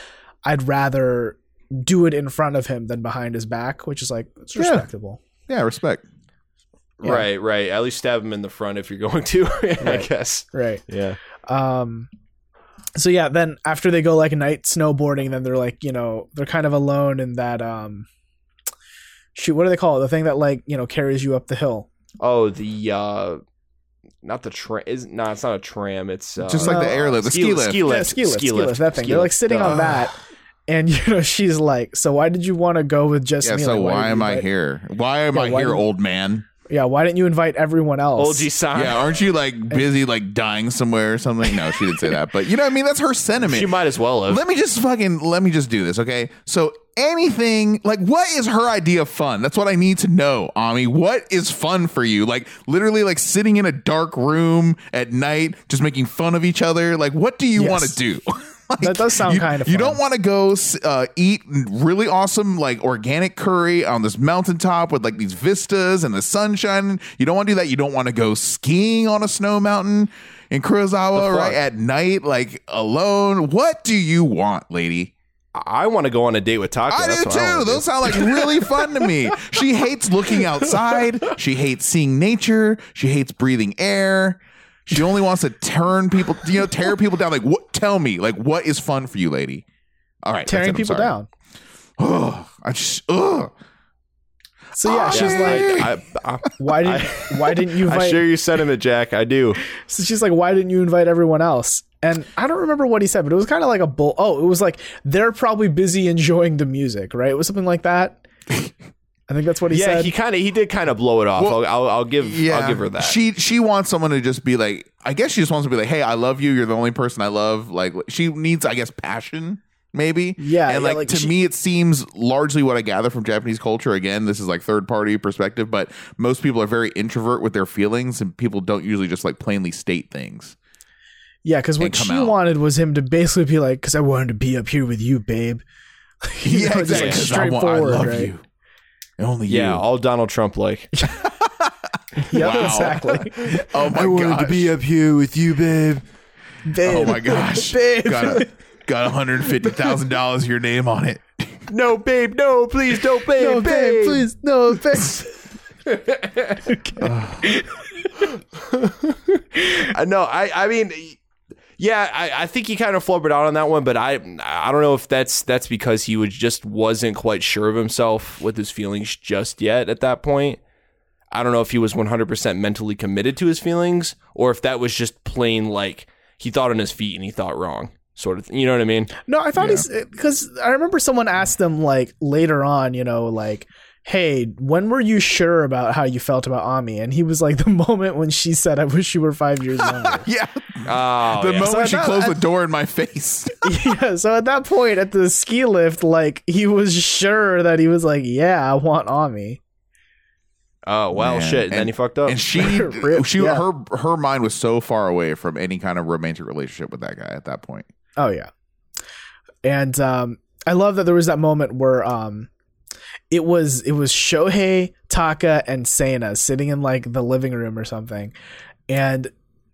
A: "I'd rather do it in front of him than behind his back," which is like it's
B: Yeah.
A: respectable.
B: Yeah, respect.
A: Yeah.
C: Right, right. At least stab him in the front if you're going to. I
A: Right.
C: guess.
A: Right.
C: Yeah.
A: Um, so yeah, then after they go like night snowboarding, then they're like, you know, they're kind of alone in that um, shoot, what do they call it? The thing that like you know carries you up the hill.
C: Oh, the uh, not the tram. Is no, it's not a tram. It's uh,
B: Just like the
A: Uh,
B: airlift, the ski, lift.
C: Ski lift.
A: Yeah, ski lift, ski lift, that thing. they're like sitting on
B: Ugh.
A: that, and you know, she's like, so why did you want to go with just
B: Yeah.
A: me?
B: So
A: Like,
B: why,
A: did
B: am
A: you
B: I
A: invite-
B: here? Why am
A: Yeah,
B: I
A: why
B: here,
A: did-
B: old man?
A: Yeah, why didn't you invite everyone
C: Old
A: else?
C: G San.
B: Yeah, aren't you like busy like dying somewhere or something? No, she didn't say that. But you know what I mean? That's her sentiment.
C: She might as well have.
B: let me just fucking let me just do this, okay? So anything like what is her idea of fun? That's what I need to know, Ami. What is fun for you? Like literally like sitting in a dark room at night, just making fun of each other. Like what do you
A: Yes.
B: want to do? Like,
A: That does sound
B: you-
A: kinda fun.
B: You don't want to go s- uh, eat really awesome like organic curry on this mountaintop with like these vistas and the sunshine. You don't want to do that. You don't want to go skiing on a snow mountain in Kurosawa,
C: The fuck?
B: right? At night, like alone. What do you want, lady?
C: I want to go on a date with Taka.
B: I
C: That's
B: do
C: what wanna
B: too. Those sound like really fun to me. She hates looking outside. She hates seeing nature. She hates breathing air. She only wants to turn people, you know, tear people down. Like, what? Tell me, like, what is fun for you, lady? All right, that's
A: Tearing
B: it, I'm
A: people
B: sorry.
A: down.
B: Ugh, I just, ugh.
A: So
C: Oh,
A: yeah, she's like,
C: I, I,
A: why didn't why didn't you
C: I
A: invite?
C: share your sentiment, Jack. I do.
A: So she's like, why didn't you invite everyone else? And I don't remember what he said, but it was kind of like a bull. Oh, it was like they're probably busy enjoying the music, right? It was something like that. I think that's what he
C: yeah,
A: said.
C: he kind of he did kind of blow it off.
B: Well,
C: I'll, I'll, I'll give I'll give her that.
B: She she wants someone to just be like. I guess she just wants to be like, hey, I love you. You're the only person I love. Like she needs, I guess, passion. Maybe,
A: Yeah,
B: and
A: yeah,
B: like,
A: like
B: to
A: she-
B: me, it seems largely what I gather from Japanese culture. Again, this is like third party perspective, but most people are very introvert with their feelings, and people don't usually just like plainly state things.
A: yeah, because what
B: and come
A: she
B: out.
A: wanted was him to basically be like, because I wanted to be up here with you, babe. You know, just,
C: exactly.
A: like,
B: 'Cause I
A: straightforward,
B: want- I love
A: right?
B: you. And Only
C: yeah,
B: you.
C: all Donald Trump like.
A: Yeah,
B: Wow.
A: exactly.
B: Oh my gosh.
C: up here with you, babe.
B: oh
A: Babe.
B: my gosh.
A: Babe.
B: Got a, got one hundred fifty thousand dollars your name on it.
C: No, babe, no, please don't, babe,
A: No, babe, please, no, thanks.
C: Uh, no, I, I mean, yeah, I, I think he kind of flubbered out on that one, but I, I don't know if that's that's because he was just wasn't quite sure of himself with his feelings just yet at that point. I don't know if he was 100% mentally committed to his feelings or if that was just plain like he thought on his feet and he thought wrong, sort of. Thing. You know what I mean?
A: No, I thought he's because I remember someone asked them like later on, you know, like, hey, when were you sure about how you felt about Ami? And he was like, the moment when she said, I wish you were five years younger.
B: Yeah.
C: Oh,
B: The
C: yeah.
B: moment
A: So I
B: she
A: thought-
B: closed
A: I-
B: the door in my face.
A: yeah. So at that point at the ski lift, like, he was sure that he was like, yeah, I want Ami.
C: oh well,
B: Man.
C: shit. And, then
B: And-
C: he fucked up.
B: And she
A: Rip,
B: she
A: yeah.
B: her her mind was so far away from any kind of romantic relationship with that guy at that point.
A: Oh yeah. And um I love that there was that moment where um it was it was Shohei, Taka, and Sana sitting in like the living room or something. And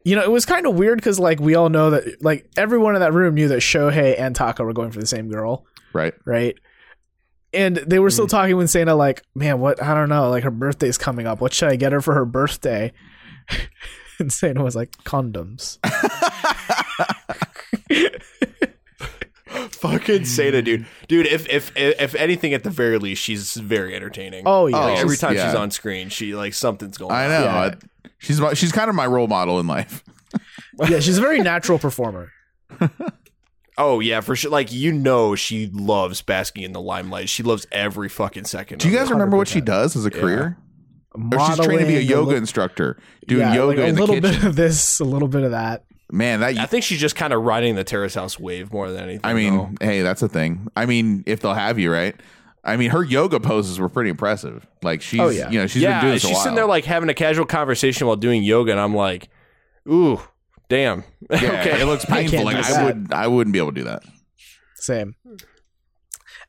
A: you know, it was kind of weird because like we all know that like everyone in that room knew that Shohei and Taka were going for the same girl,
B: Right.
A: right? And they were still talking when Sana like, man, what I don't know, like her birthday's coming up. What should I get her for her birthday? and Sana was like, condoms.
C: fucking Seda, dude. Dude, if, if if if anything, at the very least, she's very entertaining.
A: Oh yeah.
B: Oh,
C: Like, every
B: she's-
C: time
B: yeah.
C: she's on screen, she like something's going.
B: I
C: on.
B: know.
A: Yeah.
B: I- she's my, she's kind of my role model in life.
A: yeah, she's a very natural performer.
C: Oh yeah, for sure. Like you know, she loves basking in the limelight. She loves every fucking second.
B: Do you
C: of
B: guys
C: it.
B: remember what she does as a career? Or she's trained to be
A: modeling,
B: a yoga
A: little-
B: instructor, doing
A: yeah,
B: yoga
A: like
B: in
A: a
B: the
A: little
B: kitchen.
A: bit of this, a little bit of that.
B: Man, that
C: I think she's just kind of riding the terrace house wave more than anything.
B: I mean,
C: though.
B: hey, that's a thing. I mean, if they'll have you, right? I mean, her yoga poses were pretty impressive. Like she's,
A: Oh, yeah.
B: you know, she's
C: yeah,
B: been doing this
C: she's
B: a while.
C: sitting there like having a casual conversation while doing yoga, and I'm like, ooh, damn.
B: yeah,
C: okay,
B: it looks
A: can't
B: painful.
A: do
B: like I
A: that.
B: would, I wouldn't be able to do that.
A: Same.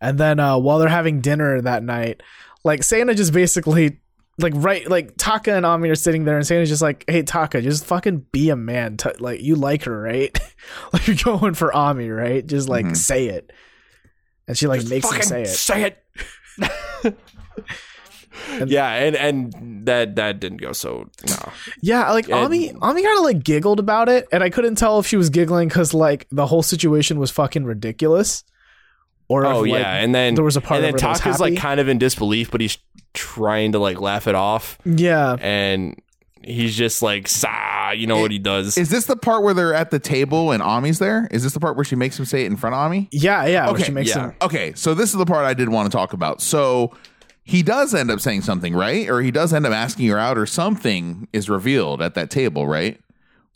A: And then uh, while they're having dinner that night, like Santa just basically like right like Taka and Ami are sitting there and Santa's just like, "Hey Taka, just fucking be a man. Ta- like you like her, right? like you're going for Ami, right? Just like
B: Mhm.
A: say it." And she like makes him
C: fucking
A: say it.
C: Say it. yeah, and and that that didn't go so no.
A: Yeah, like
C: Yeah.
A: Ami, Ami kind of like giggled about it, and I couldn't tell if she was giggling because like the whole situation was fucking ridiculous, or
C: Oh
A: if, like,
C: yeah, and then
A: there was a part
C: and
A: of
C: then
A: her that was
C: Taka's like
A: happy.
C: kind of in disbelief, but he's trying to like laugh it off,
A: yeah,
C: and he's just like, "Sah," you know what he does.
B: Is this the part where they're at the table and Ami's there? Is this the part where she makes him say it in front of Ami?
A: yeah, yeah. where
B: Okay,
A: she makes
C: yeah.
A: him.
B: Okay, so this is the part I did want to talk about. So he does end up saying something, right? Or he does end up asking her out, or something is revealed at that table, right?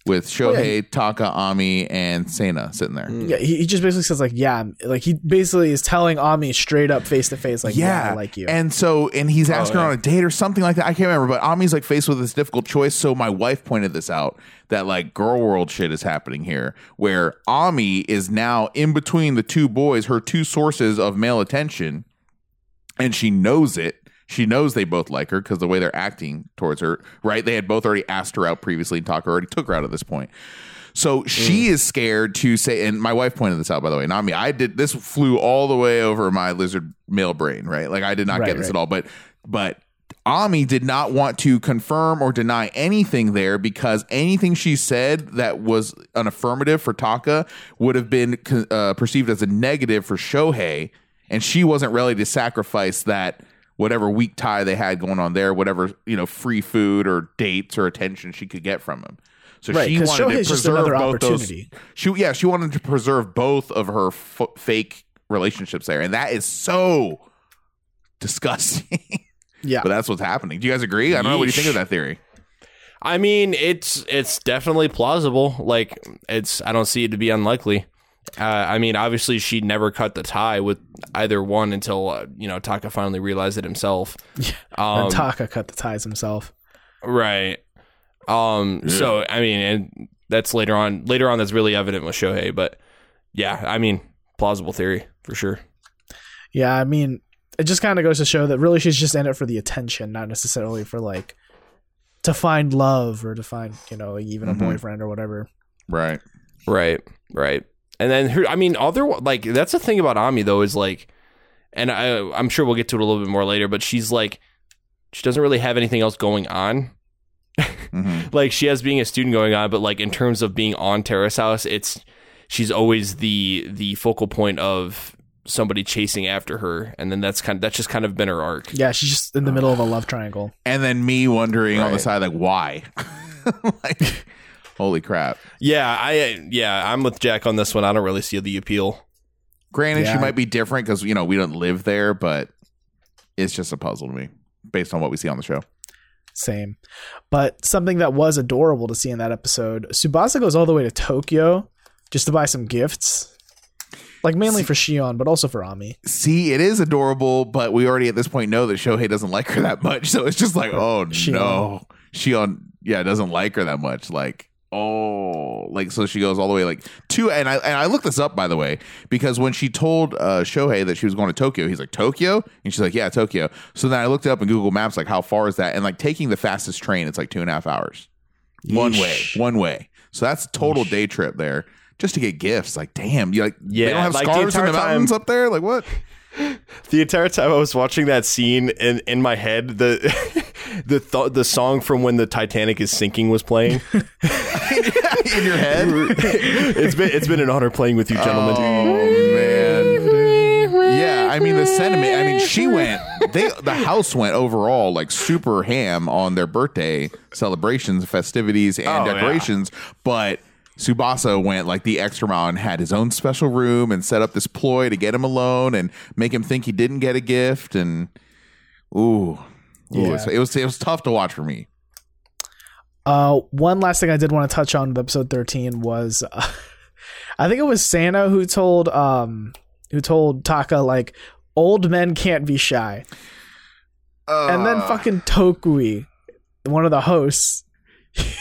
B: With Shohei, Taka, Ami, and Sena sitting there.
A: Yeah, he, he just basically says like, yeah, I'm- like he basically is telling Ami straight up face to face like, yeah, I like you.
B: And so, and he's asking her on a date or something like that. I can't remember, but Ami's like faced with this difficult choice. So my wife pointed this out that like girl world shit is happening here, where Ami is now in between the two boys, her two sources of male attention, and she knows it. She knows they both like her because the way they're acting towards her, right? They had both already asked her out previously, and Taka already took her out at this point. So she
A: Mm.
B: is scared to say, and my wife pointed this out, by the way, not me. I did this flew all the way over my lizard male brain, right? Like I did not
A: Right,
B: get this
A: right.
B: at all, but but Ami did not want to confirm or deny anything there because anything she said that was an affirmative for Taka would have been uh, perceived as a negative for Shohei, and she wasn't ready to sacrifice that whatever weak tie they had going on there, whatever you know free food or dates or attention she could get from him. So
A: Right,
B: she
A: 'cause
B: wanted to
A: Shohei's just
B: preserve
A: another
B: both those.
A: opportunity.
B: She yeah, she wanted to preserve both of her f- fake relationships there, and that is so disgusting.
A: Yeah.
B: but that's what's happening. Do you guys agree? I don't know what do you think of that theory.
C: I mean, it's it's definitely plausible. Like it's I don't see it to be unlikely. Uh, I mean, obviously she never cut the tie with either one until uh, you know Taka finally realized it himself.
A: And
C: Um,
A: Taka cut the ties himself.
C: right. Um. So I mean, and that's later on. Later on, that's really evident with Shohei. But yeah, I mean, plausible theory for sure.
A: Yeah, I mean, it just kind of goes to show that really she's just in it for the attention, not necessarily for like to find love or to find, you know, like, even
B: Mhm.
A: a boyfriend or whatever.
B: Right.
C: Right, right. And then her, I mean, other like that's the thing about Ami though is like, and I I'm sure we'll get to it a little bit more later, but she's like, she doesn't really have anything else going on.
B: hmm
C: Like she has being a student going on, but like in terms of being on Terrace House, it's she's always the the focal point of somebody chasing after her, and then that's kind of that's just kind of been her arc.
A: Yeah, she's just in the middle of a love triangle.
B: And then me wondering on the
C: Right.
B: side like why, like holy crap.
C: Yeah, I yeah I'm with Jack on this one. I don't really see the appeal.
B: Granted, she
A: Yeah.
B: might be different because you know we don't live there, but it's just a puzzle to me based on what we see on the show.
A: Same. But something that was adorable to see in that episode, Subasa goes all the way to Tokyo just to buy some gifts. Like mainly for Shion, but also for Ami.
B: See, it is adorable, but we already at this point know that Shohei doesn't like her that much, so it's just like, oh
A: Shion.
B: no, Shion, yeah, doesn't like her that much, like. Oh, like so she goes all the way like to and I and I looked this up by the way because when she told uh Shohei that she was going to Tokyo, he's like Tokyo, and she's like yeah Tokyo. So then I looked it up in Google Maps like how far is that? And like taking the fastest train, it's like two and a half hours. one way,
A: Yeesh.
B: one way. So that's a total day trip there just to get gifts. Like, damn, you like they
C: Yeah,
B: don't have
C: like the
B: scars in the
C: entire time-
B: mountains up there. Like, what?
C: The entire time I was watching that scene in in my head, the the th- the song from when the Titanic is sinking was playing.
B: in your head?
C: it's been it's been an honor playing with you, gentlemen.
B: Oh man. Yeah, I mean the sentiment. I mean, she went. They the house went overall like super ham on their birthday celebrations, festivities, and
C: Oh, yeah.
B: decorations. But Subasa went like the extra mile and had his own special room and set up this ploy to get him alone and make him think he didn't get a gift. And ooh, ooh it, was,
A: Yeah.
B: it was it was tough to watch for me.
A: Uh, one last thing I did want to touch on with episode thirteen was, uh, I think it was Santa who told um who told Taka like old men can't be shy, and then
B: Ugh.
A: fucking Tokui, one of the hosts.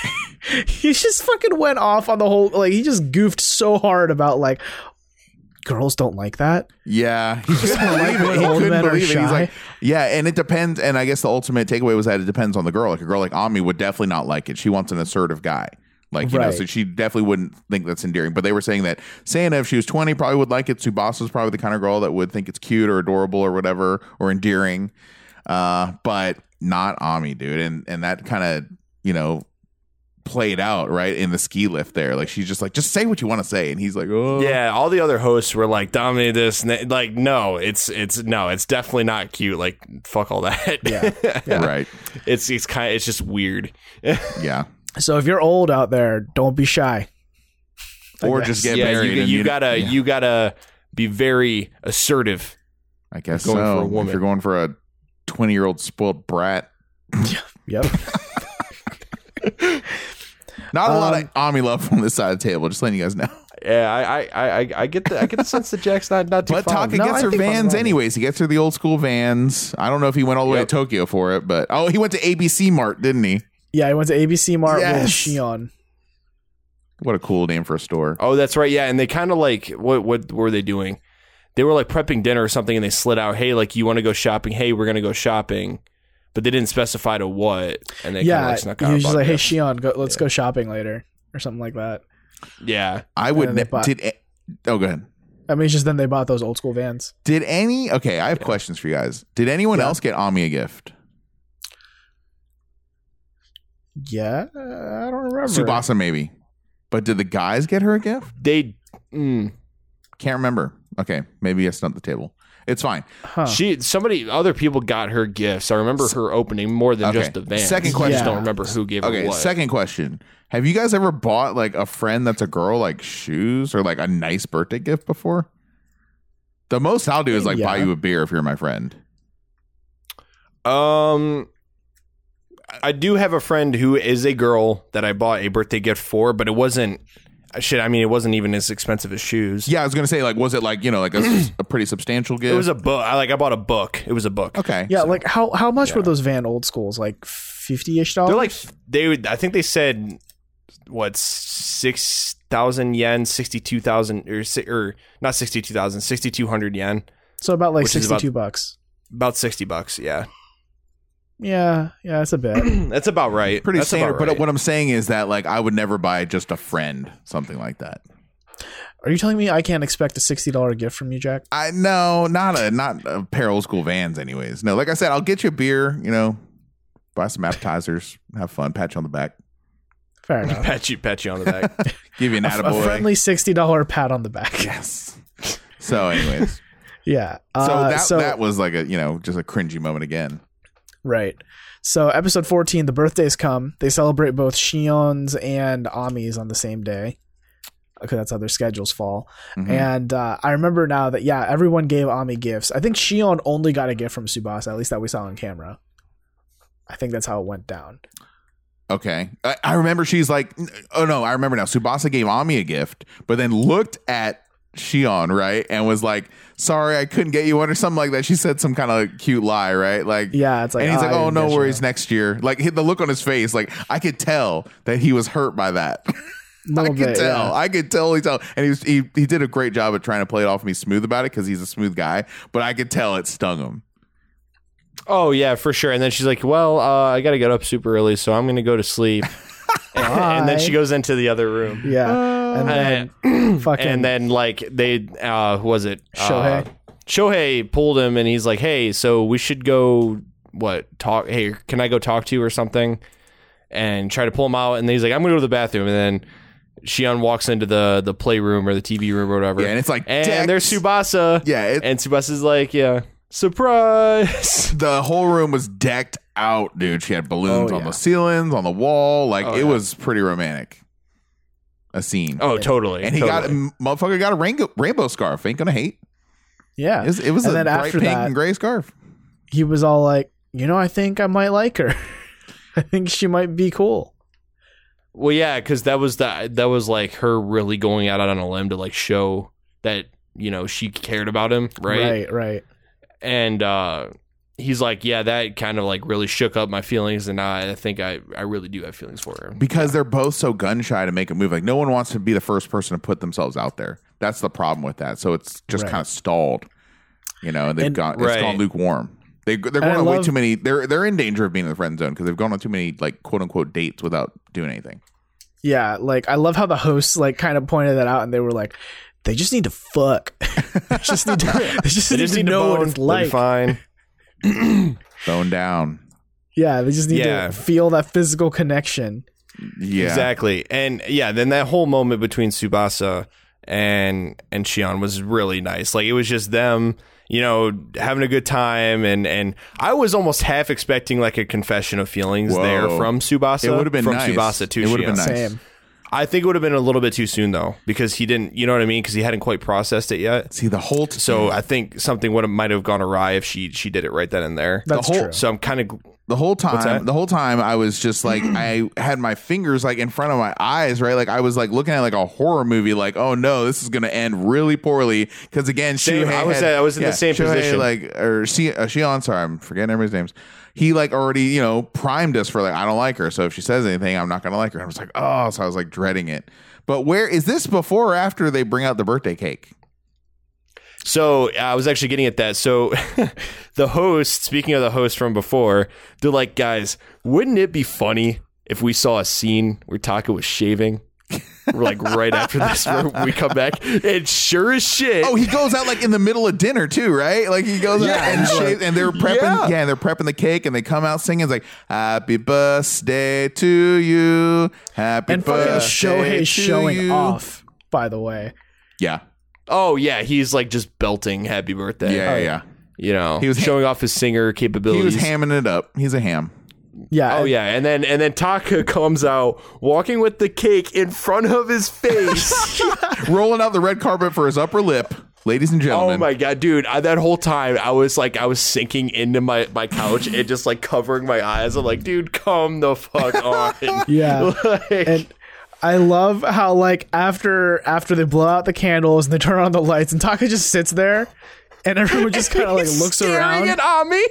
A: he just fucking went off on the whole like he just goofed so hard about like girls don't like that
B: Yeah, he just couldn't believe it. He
A: Old
B: couldn't
A: men are
B: believe it. He's
A: shy.
B: like, yeah, and it depends. And I guess the ultimate takeaway was that it depends on the girl. Like a girl like Ami would definitely not like it. She wants an assertive guy. Like you know,
A: Right.
B: so she definitely wouldn't think that's endearing. But they were saying that Santa, if she was twenty, probably would like it. Subasa's probably the kind of girl that would think it's cute or adorable or whatever or endearing. Uh, but not Ami, dude. And and that kind of you know played out right in the ski lift there. Like she's just like, just say what you want to say, and he's like, oh
C: Yeah, all the other hosts were like dominate this. and that- Like, no, it's it's no, it's definitely not cute. Like, fuck all that.
A: Yeah.
B: right,
C: it's it's kind. It's just weird.
B: yeah.
A: so if you're old out there don't be shy I
B: Or
A: guess.
B: just get
C: yeah,
B: married.
C: you,
B: and
C: you gotta
B: yeah.
C: you gotta be very assertive.
B: I guess
C: going
B: so.
C: for a woman.
B: If you're going for a 20 year old spoiled brat,
A: yep
B: not a lot of
A: Um,
B: Ami love from this side of the table. Just letting you guys know.
C: Yeah, I I- I I, I get the I get the sense that Jack's not not too.
B: But
C: fond.
B: Taka
A: No,
B: gets
A: I
B: her
A: think I'm
B: vans
A: wrong.
B: anyways. He gets her the old school vans. I don't know if he went all the way
C: Yep.
B: to Tokyo for it, but oh, he went to ABC Mart, didn't he?
A: yeah i went to abc mart
B: Yes.
A: with shion
B: What a cool name for a store.
C: Oh, that's right. Yeah, and they kind of like what what were they doing? They were like prepping dinner or something, and they slid out, "Hey, like you want to go shopping? Hey, we're gonna go shopping," but they didn't specify to what. And they kind
A: yeah
C: of like
A: he
C: snuck out.
A: was just
C: about
A: like hey
C: it.
A: shion go, let's go shopping later or something like that
C: yeah,
B: I
A: Yeah,
B: would.
A: they
B: ne-
A: bought-
B: did, a- oh, go ahead.
A: I mean, it's just then they bought those old school vans.
B: Did any. Okay, I have questions for you guys. Did anyone
A: Yeah.
B: else get Ami a gift?
A: Yeah, uh, I don't remember.
B: Subasa, maybe. But did the guys get her a gift?
C: they. Mm,
B: Can't remember. Okay, maybe I stumped the table. It's fine.
C: She somebody other people got her gifts. I remember her opening more than
B: Okay.
C: just the van.
B: Second
C: I
A: question.
C: just don't remember who gave her
B: Okay,
C: what.
B: second question. Have you guys ever bought like a friend that's a girl like shoes or like a nice birthday gift before? The most I'll do is like buy
A: Yeah.
B: you a beer if you're my friend.
C: Um, I do have a friend who is a girl that I bought a birthday gift for, but it wasn't uh, shit. I mean, it wasn't even as expensive as shoes.
B: Yeah, I was gonna say like, was it like you know like a, a pretty substantial gift?
C: It was a book. I like I bought a book. It was a book.
B: okay.
A: Yeah, like how how much were those Van old schools? Like fifty ish dollars.
C: They're like they. would- I think they said what six thousand yen, sixty two thousand or si- or not sixty two thousand, sixty two hundred yen,
A: so about like
C: which is
A: sixty
C: about-
A: two bucks.
C: about sixty bucks. Yeah,
A: Yeah, yeah, that's a bit.
C: that's about right.
B: pretty
C: that's
B: standard.
C: About right.
B: But what I'm saying is that like I would never buy just a friend something like that.
A: Are you telling me I can't expect a sixty dollar gift from you, Jack?
B: I no, not a not a pair of old school vans. Anyways, no. Like I said, I'll get you a beer. You know, buy some appetizers, have fun, pat you on the back,
A: Fair enough.
C: pat you, pat you on the back.
B: give you an
A: A
B: attaboy.
A: friendly sixty dollar pat on the back. Yeah.
B: yes. So, anyways, so
A: Uh,
B: that that was like a you know just a cringy moment again.
A: Right. So episode 14, the birthdays come. They celebrate both Shion's and Ami's on the same day. Because that's how their schedules fall.
B: Mhm.
A: And uh, I remember now that, yeah, everyone gave Ami gifts. I think Shion only got a gift from Subasa, at least that we saw on camera. I think that's how it went down.
B: Okay, I, I remember she's like, oh no, I remember now. Subasa gave Ami a gift, but then looked at Shion right and was like, sorry, I couldn't get you one or something like that. She said some kind of cute lie, right? Like
A: Yeah, it's like, "Ah,
B: and he's like,
A: I
B: "Oh,
A: didn't
B: no
A: get you
B: worries,
A: that."
B: next year." Like hit the look on his face, like I could tell that he was hurt by that. I
A: Little
B: could
A: bit,
B: tell,
A: yeah.
B: I could totally tell, and he was he, he did a great job of trying to play it off me smooth about it because he's a smooth guy. But I could tell it stung him.
C: Oh yeah, for sure. And then she's like, "Well, uh, I got to get up super early, so I'm going to go to sleep." and, and then she goes into the other room.
A: Yeah. and then fucking.
C: And then like they uh who was it?
A: Shohei.
C: Uh, Shohei pulled him and he's like, "Hey, so we should go what? Talk Hey, can I go talk to you or something?" And try to pull him out and then he's like, "I'm going to go to the bathroom." And then Shion walks into the the playroom or the TV room or whatever.
B: Yeah, and it's like, "Dex."
C: and there's Subasa.
B: Yeah, it,
C: And Subasa's like, "Yeah, surprise."
B: the whole room was decked out, dude. She had balloons
A: Oh,
B: on
A: yeah.
B: the ceilings, on the wall. Like
C: Oh,
B: it
C: yeah.
B: was pretty romantic. A scene.
C: Oh, totally.
B: and he
C: totally.
B: got m- motherfucker got a rainbow, rainbow scarf. Ain't gonna hate.
A: yeah.
B: It was, it was
A: And
B: a
A: then
B: bright
A: after
B: pink
A: that-
B: and gray scarf.
A: he was all like, you know, I think I might like her. I think she might be cool.
C: Well, yeah, because that was the that was like her really going out on a limb to like show that you know she cared about him, right?
A: Right, right.
C: And uh, he's like, yeah, that kind of like really shook up my feelings, and I, I think I I really do have feelings for her.
B: because they're both so gun shy to make a move. Like no one wants to be the first person to put themselves out there. That's the problem with that. So it's just
A: Right.
B: kind of stalled, you know. And they've
A: And-
B: gone. It's
C: Right.
B: gone lukewarm. They they're going
A: I
B: on way
A: love-
B: too many. They're they're in danger of being in the friend zone because they've gone on too many like quote unquote dates without doing anything.
A: Yeah, like I love how the hosts like kind of pointed that out, and they were like, "They just need to fuck. they just need to. They just, need, to know what it's like.
C: Fine.
B: Bone down.
A: Yeah, they just need
C: Yeah.
A: to feel that physical connection.
B: Yeah.
C: Exactly. And yeah, then that whole moment between Subasa and and Shion was really nice. Like it was just them, you know, having a good time and and I was almost half expecting like a confession of feelings
B: Whoa.
C: there from Subasa.
B: It would've been
C: from
B: nice.
C: Subasa to
B: It would've
C: Shion.
B: been nice.
A: Same.
C: I think it would have been a little bit too soon though because he didn't, you know what I mean? Cuz he hadn't quite processed it yet.
B: See the whole.
C: So I think something would have might have gone awry if she she did it right then and there.
A: That's
B: whole-
A: true.
C: so I'm kind of
B: the whole time
C: that?
B: the whole time i was just like i had my fingers like in front of my eyes right like i was like looking at like a horror movie like oh no this is gonna end really poorly because again
C: Same.
B: Shuhei
C: I was
B: had-
C: at- I was in the same
B: Shuhei,
C: position.
B: like or she uh, she on sorry i'm forgetting everybody's names he like already you know primed us for like i don't like her so if she says anything i'm not gonna like her i was like oh so i was like dreading it but where is this before or after they bring out the birthday cake
C: So I was actually getting at that. So the host, speaking of the host from before, they're like, guys, wouldn't it be funny if we saw a scene where Taka was shaving? We're like right after this, where we come back, and sure as shit.
B: Oh, he goes out like in the middle of dinner too, right? Like he goes out and shaves, and they're prepping, yeah.
C: Yeah.
B: and they're prepping the cake, and they come out singing it's like "Happy Birthday to you, Happy
A: And fucking
B: Birthday
A: Shohei
B: to
A: showing
B: you."
A: off. By the way,
B: Yeah,
C: Oh yeah, he's like just belting "Happy Birthday."
B: yeah, yeah,
C: you know,
B: He
C: he
B: was
C: was
B: ha-
C: showing off his singer
B: yeah. He
C: capabilities.
B: was hamming it up. He's a ham.
A: Yeah.
C: Oh yeah, and then and then Taka comes out walking with the cake in front of his face.
B: Rolling out the red carpet for his upper lip, ladies and
C: oh
B: gentlemen.
C: my god, dude! I, that whole time I was like, I was sinking into my my couch and just like covering my eyes. I'm like, dude, come the fuck on.
A: Yeah. and I love how like after after they blow out the candles and they turn on the lights and Taka just sits there and everyone just kind of like looks
C: Staring
A: around.
C: it on me.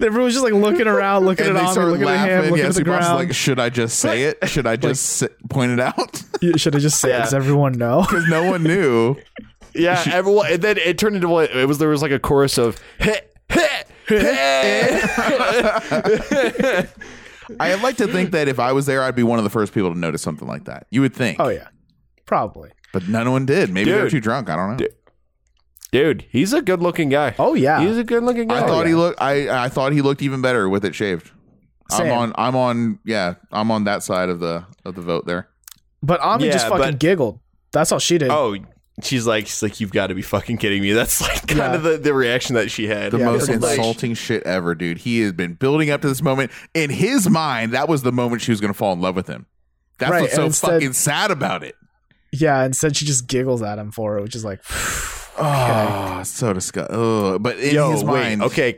A: Everyone's just like looking around, looking
B: And
A: at
B: they
A: Ami,
B: started
A: looking at him,
B: laughing.
A: looking
B: Yeah,
A: at the
B: Superboss is
A: ground.
B: like, should I just say it? Should I just s- point it out?
A: you should have just said,
C: Yeah.
A: "Does everyone know?"
B: Because no one knew.
C: Yeah, everyone. And then it turned into what it was. There was like a chorus of heh, heh, heh.
B: I'd like to think that if I was there, I'd be one of the first people to notice something like that. You would think.
A: Oh yeah, probably.
B: But no one did. Maybe they were
C: Dude.
B: too drunk. I don't know.
C: Dude, he's a good looking guy.
A: Oh yeah.
C: he's a good looking guy.
B: I thought he looked. I I thought he looked even better with it shaved.
A: Same.
B: I'm on. I'm on. Yeah, I'm on that side of the of the vote there.
A: but Ami just
C: Yeah,
A: fucking
C: but-
A: giggled. That's all she did.
C: Oh, she's like, she's like, you've got to be fucking kidding me. That's like kind
A: Yeah.
C: of the, the reaction that she had.
B: The
A: Yeah,
B: most
A: pretty much.
B: insulting shit ever, dude. He has been building up to this moment. In his mind, that was the moment she was going to fall in love with him. That's
A: Right,
B: what's
A: and
B: so
A: instead-
B: fucking sad about it.
A: Yeah. Instead, she just giggles at him for it, which is like,
B: Oh, so disgusting. Ugh. But in
C: Yo,
B: his
C: wait,
B: mind,
C: okay.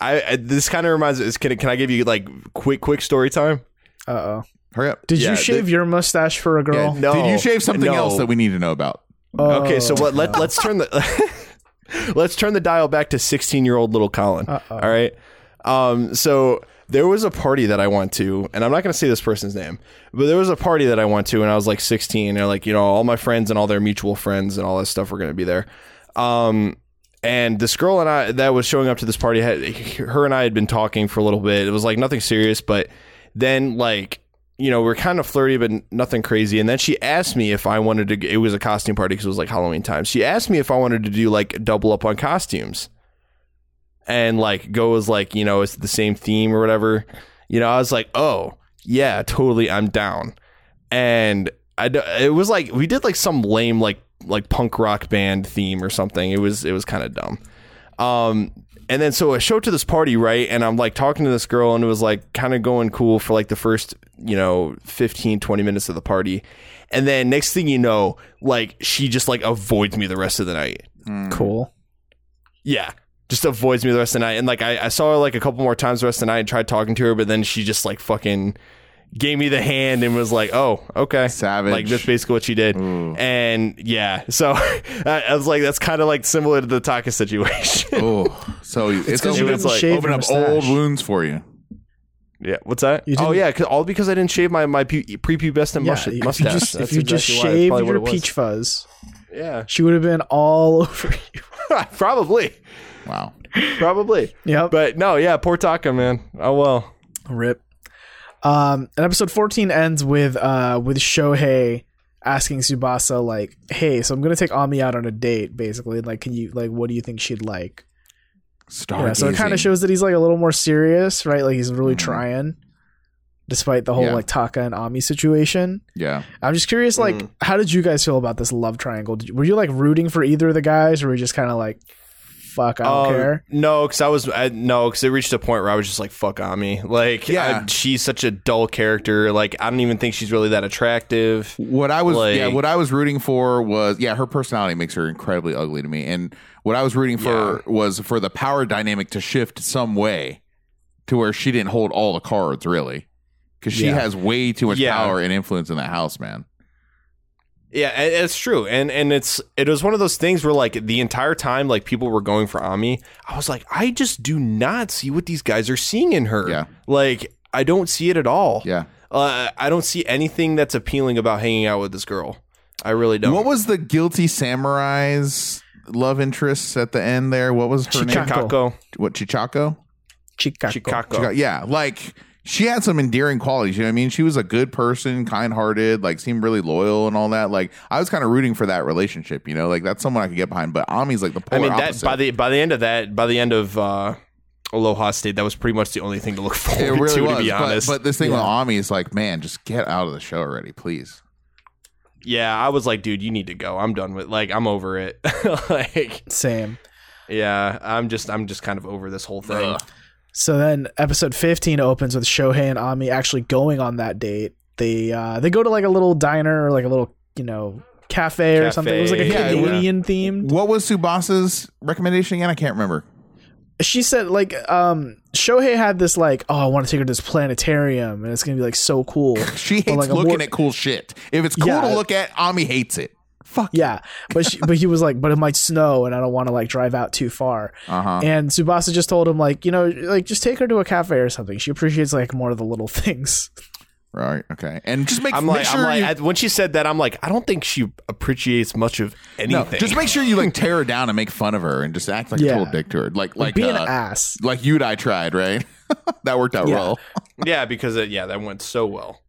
C: I, I this kind of reminds us. Can I- can I give you like quick quick story time?
A: "Uh oh."
B: hurry up.
A: Did
C: Yeah,
A: you shave your mustache for a
B: Yeah,
A: girl?
C: No.
B: Did you shave something
C: No.
B: else that we need to know about?
A: Oh,
C: okay, so let, let let's turn the let's turn the dial back to sixteen year old little Colin. All right. Um. So there was a party that I went to, and I'm not going to say this person's name, but there was a party that I went to, and I was like 16. And like, you know, all my friends and all their mutual friends and all that stuff were going to be there. Um. And this girl and I that was showing up to this party, had, her and I had been talking for a little bit. It was like nothing serious, but then like you know, we're kind of flirty, but nothing crazy. And then she asked me if I wanted to. It was a costume party because it was like Halloween time. She asked me if I wanted to do like double up on costumes, and like go as like you know it's the same theme or whatever. You know, I was like, oh yeah, totally, I'm down. And I d- it was like we did like some lame like like punk rock band theme or something. It was it was kind of dumb. Um, and then so I show up to this party, right? And I'm like talking to this girl, and it was like kind of going cool for like the first, you know, 15, 20 minutes of the party. And then next thing you know, like she just like avoids me the rest of the night.
B: Hmm.
A: cool.
C: Yeah. Just avoids me the rest of the night. And like I, I saw her like a couple more times the rest of the night and tried talking to her, but then she just like fucking gave me the hand and was like, oh, okay.
B: Savage.
C: Like that's basically what she did. And yeah. So I, I was like, that's kind of like similar to the Taka situation.
B: Oh, so it's,
A: 'cause you
B: open,
C: didn't shave
A: your
B: open up
A: mustache.
B: old wounds for you.
C: Yeah, what's that?
A: You
C: Oh
A: didn't-
C: yeah, 'cause- all because I didn't shave my my pu- prepubescent
A: Yeah,
C: mush-
A: if you
C: mustache.
A: just, if
C: That's
A: you
C: exactly
A: just
C: why. That's
A: shaved
C: probably what
A: your
C: it was.
A: peach fuzz,
C: yeah,
A: she would have been all over you.
C: probably,
B: Wow.
C: probably.
A: Yep.
C: But no, yeah, poor Taka man. Oh well.
A: Rip. Um, and episode 14 ends with uh with Shohei asking Subasa like, "Hey, so I'm gonna take Ami out on a date, basically. Like, can you like, what do you think she'd like?"
B: Star.
A: Yeah, so it kind of shows that he's like a little more serious, right? Like he's
C: Mm-hmm.
A: really trying, despite the whole
B: Yeah.
A: like Taka and Ami situation.
B: Yeah.
A: I'm just curious, like, how did you guys feel about this love triangle? Did you, were you like rooting for either of the guys, or were you just kind of like, "Fuck, I don't
C: Um,
A: care."
C: No, because I was I, no, because it reached a point where I was just like, "Fuck Ami." Like,
B: Yeah.
C: I- she's such a dull character. Like, I don't even think she's really that attractive.
B: What I was yeah,
C: Like-
B: what I was rooting for was yeah, her personality makes her incredibly ugly to me. And what I was rooting for was for the power dynamic to shift some way to where she didn't hold all the cards really. Cuz she
A: Yeah.
B: has way too much
C: Yeah.
B: power and influence in that house, man.
C: Yeah, and it's true, and and it's it was one of those things where like the entire time like people were going for Ami, I was like, I just do not see what these guys are seeing in her.
B: Yeah.
C: like I don't see it at all.
B: Yeah.
C: uh, I don't see anything that's appealing about hanging out with this girl. I really don't.
B: What was the guilty samurai's love interest at the end there? What was her name?
A: Chichako.
C: Chicago?
B: What Chichako?
A: Chicago.
C: Chicago.
B: She got- yeah, like she had some endearing qualities. You know what I mean? She was a good person, kind hearted, like seemed really loyal and all that. Like I was kind of rooting for that relationship. You know, like that's someone I could get behind. But Ami's like the
C: I
B: polar
C: mean, that
B: opposite.
C: by the by the end of that, by the end of uh, Aloha State, that was pretty much the only thing to look forward
B: it really
C: to.
B: was.
C: to be
B: but,
C: honest,
B: but this thing with Ami is like, man, just get out of the show already, please.
C: yeah, I was like, dude, you need to go. I'm done with like I'm over it. like
A: Same.
C: yeah, I'm just I'm just kind of over this whole thing.
B: Ugh.
A: So then episode 15 opens with Shohei and Ami actually going on that date. They uh they go to like a little diner or like a little, you know, cafe, or
C: Cafe,
A: something. It was like a
B: yeah, yeah.
A: Canadian themed.
B: What was Subasa's recommendation again? I can't remember.
A: She said like um Shohei had this like, "Oh, I want to take her to this planetarium and it's going to be like so cool."
B: She hates
A: like a
B: looking
A: more-
B: at cool shit. If it's cool
A: Yeah.
B: to look at, Ami hates it. Fuck.
A: yeah, but she, but he was like, "But it might snow and I don't want to like drive out too far."
B: Uh huh.
A: And Tsubasa just told him like, you know, like just take her to a cafe or something. She appreciates like more of the little things.
B: Right. Okay. And just make,
C: I'm
B: make
C: like,
B: sure
C: I'm like,
B: you,
C: I- when she said that, I'm like, I don't think she appreciates much of
B: no,
C: anything.
B: just make sure you like tear her down and make fun of her and just act like a
A: Yeah.
B: total dick to her. Like like
A: Be an
B: uh,
A: ass.
B: like you and I tried, right? that worked out
A: Yeah.
B: well.
C: yeah, because it, yeah, that went so well.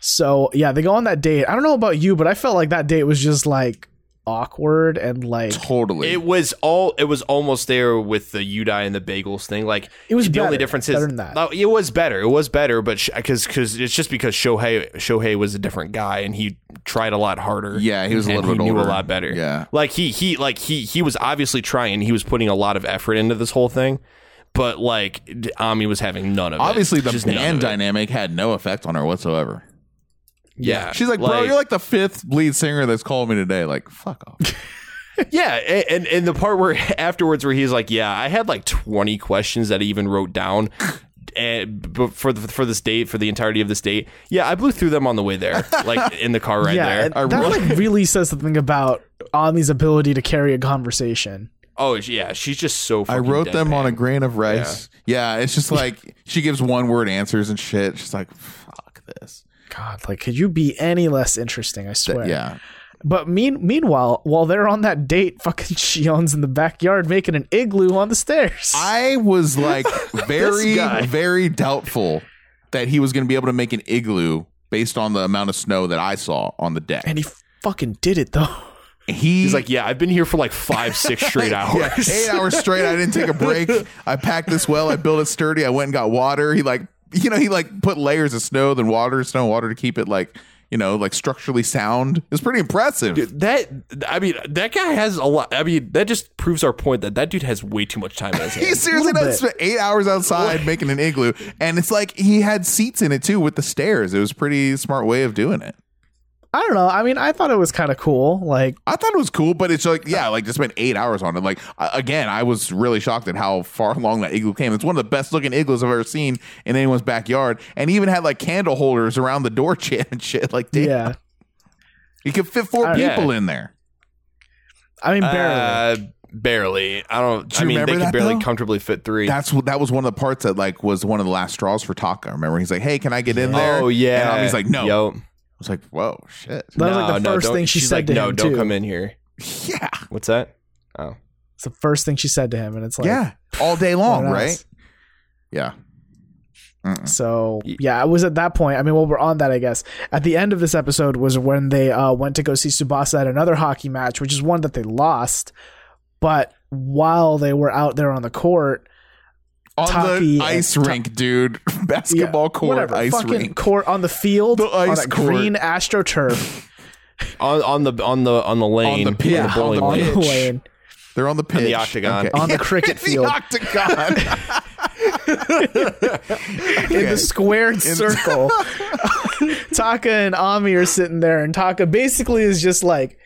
A: So yeah, they go on that date. I don't know about you, but I felt like that date was just like awkward and like
B: Totally.
C: It was all it was almost there with the Udai and the bagels thing. Like
A: It was
C: the only
A: better.
C: difference is
A: Better than that.
C: No, it was better. It was better, but because because it's just because Shohei Shohei was a different guy and he tried a lot harder.
B: yeah, he was a
C: and
B: little
C: he
B: bit
C: knew
B: older.
C: a lot better.
B: Yeah.
C: like he he like he he was obviously trying. He was putting a lot of effort into this whole thing, but like d- Ami was having none of
B: Obviously
C: it.
B: the
C: Just none
B: band
C: of it.
B: dynamic had no effect on her whatsoever.
C: Yeah,
B: She's like, bro, you're like the fifth lead singer that's called me today. Like, fuck off.
C: Yeah, a- and and the part where afterwards where he's like, yeah, I had like twenty questions that I even wrote down. And but for the, for this date, for the entirety of this date, yeah, I blew through them on the way there, like in the car right
A: yeah,
C: there.
A: and
B: I
A: that
B: really-
A: like really says something about Ami's ability to carry a conversation.
C: oh yeah, she's just so.
B: I
C: fucking
B: wrote them
C: deadpan.
B: on a grain of rice. Yeah, it's just like she gives one word answers and shit. She's like, fuck this.
A: God, like could you be any less interesting? I swear.
B: Yeah.
A: But mean meanwhile, while they're on that date, fucking Shion's in the backyard making an igloo on the stairs.
B: I was like very,
A: guy.
B: very doubtful that he was going to be able to make an igloo based on the amount of snow that I saw on the deck.
A: and he fucking did it though.
B: he,
C: He's like, yeah, I've been here for like five, six straight
B: Yeah,
C: hours.
B: eight hours straight. I didn't take a break. I packed this well. I built it sturdy. I went and got water. He like, you know, he like put layers of snow, then water, snow, water to keep it like, you know, like structurally sound. It's pretty impressive.
C: That I mean, that guy has a lot. I mean, that just proves our point that that dude has way too much time on his
B: He
C: hands.
B: seriously
A: Little
B: does spent eight hours outside making an igloo, and it's like he had seats in it too with the stairs. It was a pretty smart way of doing it.
A: I don't know. I mean, I thought it was kind of cool. Like
B: I thought it was cool, but it's like yeah, like just spent eight hours on it. Like I- again, I was really shocked at how far along that igloo came. It's one of the best looking igloos I've ever seen in anyone's backyard, and even had like candle holders around the door jam and shit. Like damn,
A: yeah.
B: you could fit four
A: Uh,
C: yeah.
B: people in there.
A: I mean barely.
C: Uh, barely. I don't.
B: you
C: I mean,
B: remember
C: they
B: that,
C: could barely
B: though?
C: comfortably fit three.
B: That's what that was one of the parts that like was one of the last straws for Taka. Remember, he's like, "Hey, can I get in there?"
C: Oh yeah.
B: and he's like, "No." I
C: Yo.
B: was like, "Whoa, shit."
A: That was like the first
C: don't-
A: thing she
C: she's
A: said
C: like,
A: to
C: no,
A: him
C: don't
A: too.
C: come in here.
B: Yeah,
C: What's that?
A: It's the first thing she said to him, and it's like,
B: yeah, all day long,
A: what
B: right?
A: else?
B: Yeah. Mm-mm.
A: So
C: Y-
A: yeah, I was at that point. I mean, while we're on that, I guess at the end of this episode was when they uh, went to go see Subasa at another hockey match, which is one that they lost. But while they were out there on the court,
B: On
A: Taki
B: the ice
A: and-
B: rink, dude.
A: yeah,
B: Basketball court,
A: whatever,
B: ice
A: fucking
B: rink.
A: court on the field,
B: The
A: on
B: ice
A: that
B: court.
A: green astroturf,
C: On on the on the on the lane
B: the pit,
C: the
B: on
C: bowling
B: the
A: on
C: lane.
A: the
B: pitch.
A: lane.
B: They're on the pitch.
C: the octagon.
A: On the cricket
B: the
A: field.
B: octagon.
A: in the squared circle. Taka and Ami are sitting there, and Taka basically is just like,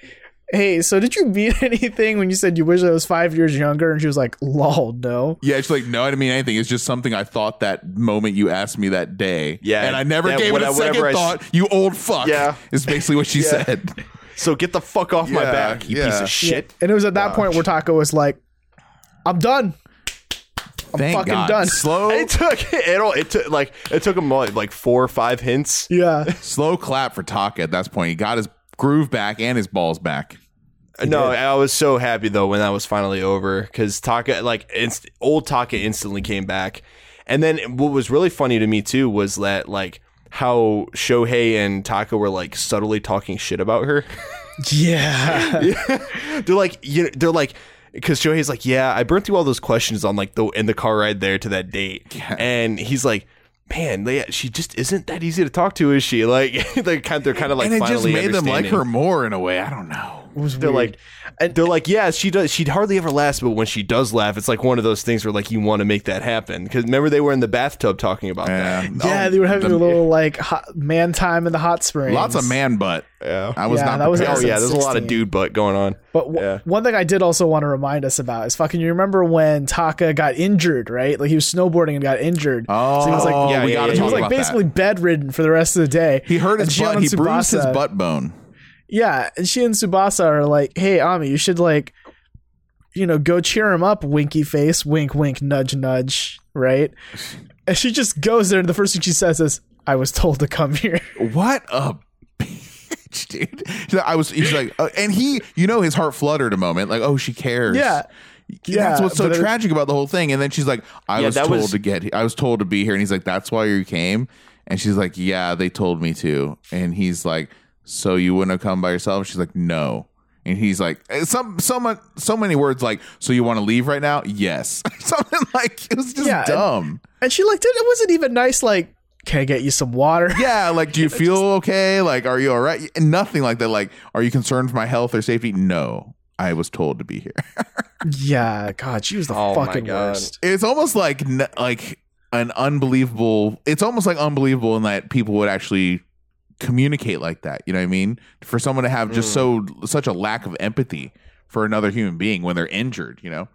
A: "Hey, so did you mean anything when you said you wish I was five years younger?" And she was like, "Lol, no."
B: yeah, it's like, no, I didn't mean anything. It's just something I thought that moment you asked me that day.
C: Yeah,
B: And I never
C: yeah,
B: gave it a
C: whatever-
B: second
C: whatever I-
B: thought. you old fuck.
C: Yeah.
B: Is basically what she said.
C: So get the fuck off my
B: Yeah,
C: back, you piece
B: yeah.
C: of shit.
A: And it was at that point where Taka was like, "I'm done."
B: Thank
A: fucking
B: God.
A: done.
B: Slow,
C: It took it. all- It took like it took him like, like four or five hints.
A: Yeah,
B: slow clap for Taka at that point. He got his groove back and his balls back.
C: no, I was so happy though when that was finally over because Taka, like inst- old Taka, instantly came back. And then what was really funny to me too was that like how Shohei and Taka were like subtly talking shit about her.
A: yeah.
C: they're like, you know, they're like, because Shohei's like, yeah, I burned through all those questions on like the in the car ride there to that date, and he's like. man, they, she just isn't that easy to talk to, is she? Like they kind, they're kind of like
B: and it just
C: finally
B: made them like
C: understanding.
B: her more in a way. I don't know.
A: It was
C: They're
A: weird.
C: like, and they're like, yeah, she does. She hardly ever laughs, but when she does laugh, it's like one of those things where like you want to make that happen. Because remember they were in the bathtub talking about
B: Yeah,
A: yeah,
B: Oh,
A: they were having a
B: the-
A: little like hot man time in the hot springs.
B: lots of man butt.
C: that. Yeah.
B: I was
A: Yeah,
B: not.
A: that was
B: prepared.
C: Oh yeah, there's a lot of
A: 16.
C: dude butt going on.
A: But w-
C: Yeah.
A: one thing I did also want to remind us about is fucking. You remember when Taka got injured, right? Like he was snowboarding and got injured.
B: Oh,
A: so he was like,
B: yeah, we
C: yeah,
B: gotta
C: yeah,
A: he
B: talk
A: was like
B: about that.
A: basically bedridden for the rest of the day.
B: He hurt his
A: And
B: butt.
A: Shion
B: He bruised his
A: Tsubasa-
B: butt bone.
A: Yeah, and she and Subasa are like, "Hey, Ami, you should like, you know, go cheer him up, winky face, wink, wink, nudge, nudge, right?" And she just goes there, and the first thing she says is, "I was told to come here."
B: What a bitch, dude. She's like- I was. He's like, oh, and he, you know, his heart fluttered a moment. Like, oh, she cares.
A: Yeah.
B: That's
A: Yeah,
B: what's so
A: but it-
B: tragic about the whole thing. And then she's like, I
C: Yeah,
B: was
C: that
B: told
C: was-
B: to get. he- I was told to be here. And he's like, that's why you came. And she's like, yeah, they told me to. And he's like, so you wouldn't have come by yourself. She's like, no. And he's like, eh, some, so much, so many words like, so you want to leave right now? Yes. Something like it was just
A: Yeah, and-
B: dumb.
A: And she like, did, it wasn't even nice. Like, can I get you some water?
B: Yeah, like, do you feel okay? Like, are you all right? And nothing like that. Like, are you concerned for my health or safety? No, I was told to be here.
A: yeah, God, she was the
C: Oh my
A: fucking
C: God.
A: worst.
B: It's almost like n- like an unbelievable. It's almost like unbelievable in that people would actually communicate like that. You know what I mean? For someone to have just so such a lack of empathy for another human being when they're injured, you know,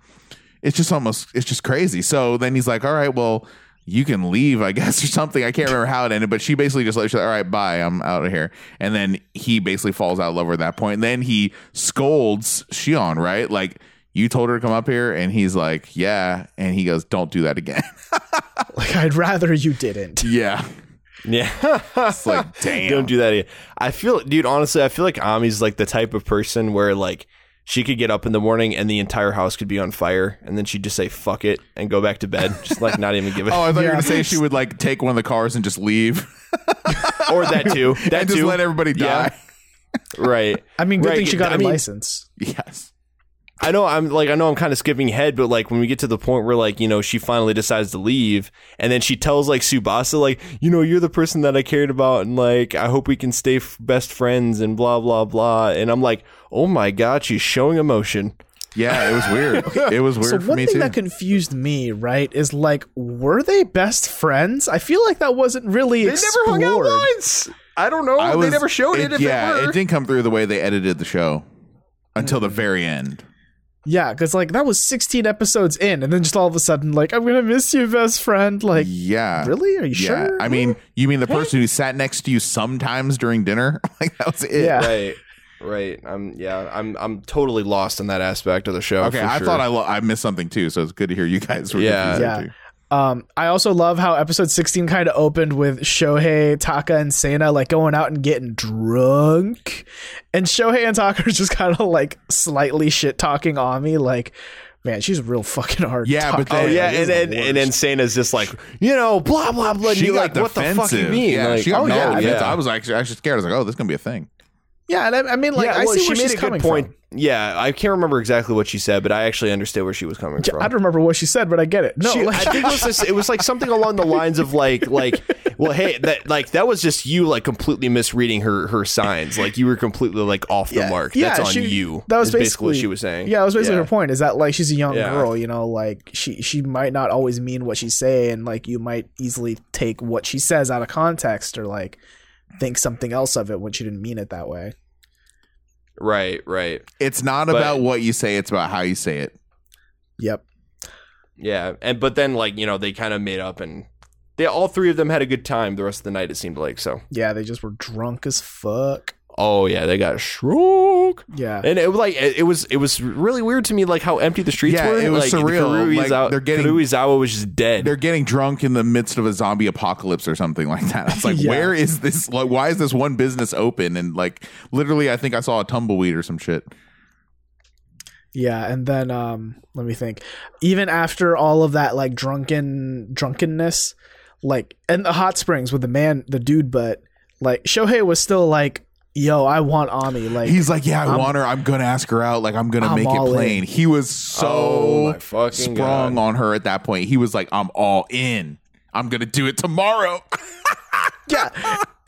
B: it's just almost it's just crazy. So then he's like, "All right, well." You can leave, I guess, or something. I can't remember how it ended, but she basically just like, she's like, all right, bye, I'm out of here. And then he basically falls out of love with her at that point. And then he scolds Shion, right? Like, you told her to come up here and he's like yeah and he goes don't do that again
A: Like, I'd rather you didn't.
B: yeah
C: Yeah.
B: it's like damn
C: Don't do that. Again. I feel, dude. Honestly, I feel like Ami's like the type of person where like she could get up in the morning and the entire house could be on fire, and then she'd just say "fuck it" and go back to bed, just like not even give it.
B: oh i thought you were
A: Yeah.
B: gonna say she would like take one of the cars and just leave
C: or that too. That
B: and just
C: too.
B: let everybody
C: Yeah.
B: die
C: right.
A: I mean, good
C: Right,
A: thing she got
C: I
A: a
C: mean-
A: license.
B: yes
C: I know I'm like I know I'm kind of skipping ahead, but like when we get to the point where like you know she finally decides to leave, and then she tells like Subasa like you know you're the person that I cared about, and like I hope we can stay f- best friends and blah blah blah, and I'm like oh my god she's showing emotion.
B: yeah it was weird it was weird
A: So
B: for
A: one
B: me
A: thing
B: too
A: that confused me, right, is like, were they best friends? I feel like that wasn't really
C: They never hung out
A: explored.
C: once. I don't know.
B: I
C: Oh, they
B: was-
C: never showed it. if
B: yeah
C: it, were. Mm.
B: didn't come through the way they edited the show until the very end
A: Yeah, because like that was 16 episodes in, and then just all of a sudden, like, I'm gonna miss you, best friend. Like,
B: yeah
A: really? Are you
B: yeah
A: sure?
B: i mean you mean the person who sat next to you sometimes during dinner like that was it
A: Yeah.
C: Right. Right. I'm. Yeah. I'm. I'm totally lost in that aspect of the show.
B: okay
C: Oh, for
B: i
C: sure.
B: thought i lo- i missed something too so it's good to hear you guys were
C: Yeah.
B: confused there,
A: Yeah.
B: too.
A: Um, I also love how episode 16 kind of opened with Shohei, Taka, and Sana like going out and getting drunk. And Shohei and Taka are just kind of like slightly shit talking Ami, like, man, she's real fucking hard. to
B: Yeah,
A: talk
B: but
A: to."
B: then-
C: Oh yeah,
A: Like, it's
C: and
A: the
C: then and then
A: worst.
C: Sana's just like, you know, blah blah blah. And
B: she
C: you're
B: got
C: like, what the fuck you
B: defensive.
C: mean?
B: Yeah,
C: Like,
B: she got
C: oh,
B: mad.
C: yeah,
B: I mean,
C: yeah.
B: I was actually actually scared. I was like, oh, this is gonna be a thing.
A: yeah, and I, I mean, like,
C: yeah,
A: I
C: well,
A: see
C: she
A: where
C: made
A: she's
C: a good
A: coming
C: point.
A: from.
C: Yeah, I can't remember exactly what she said, but I actually understood where she was coming
A: I
C: from.
A: don't remember what she said, but I get it. No,
C: She-
A: like,
C: I think it was, this, it was like something along the lines of like like well hey that like that was just you like completely misreading her her signs like you were completely like off the mark that's on
A: she-
C: you
A: That was
C: is
A: basically,
C: what she was saying
A: Yeah, that was basically her point. Is that like she's a young
C: Yeah.
A: girl, you know, like she she might not always mean what she's saying. Like you might easily take what she says out of context or like think something else of it when she didn't mean it that way.
C: right right
B: It's not about what you say; it's about how you say it.
A: Yep.
C: yeah and but then like you know they kind of made up and they all three of them had a good time the rest of the night it seemed like so
A: Yeah, they just were drunk as fuck.
C: oh yeah they got shrunk
A: Yeah.
C: and it was like it it was it was really weird to me like how empty the streets
B: Yeah,
C: were
B: it was
C: like,
B: surreal.
C: Kuruizawa-
B: Like, they're getting-
C: Kuruizawa was just dead
B: They're getting drunk in the midst of a zombie apocalypse or something like that. It's like,
A: Yeah.
B: where is this? Like, why is this one business open? And like, literally, I think I saw a tumbleweed or some shit.
A: Yeah, and then um let me think. Even after all of that like drunken drunkenness, like and the hot springs with the man the dude butt, like Shohei was still like, yo, I want Ami. Like
B: He's like, yeah, I want her. I'm gonna ask her out. Like, I'm gonna
A: I'm
B: make it
A: all
B: plain.
A: in.
B: He was
C: Oh,
B: so
C: my fucking
B: sprung
C: God.
B: on her at that point. He was like, I'm all in. I'm gonna do it tomorrow.
A: yeah.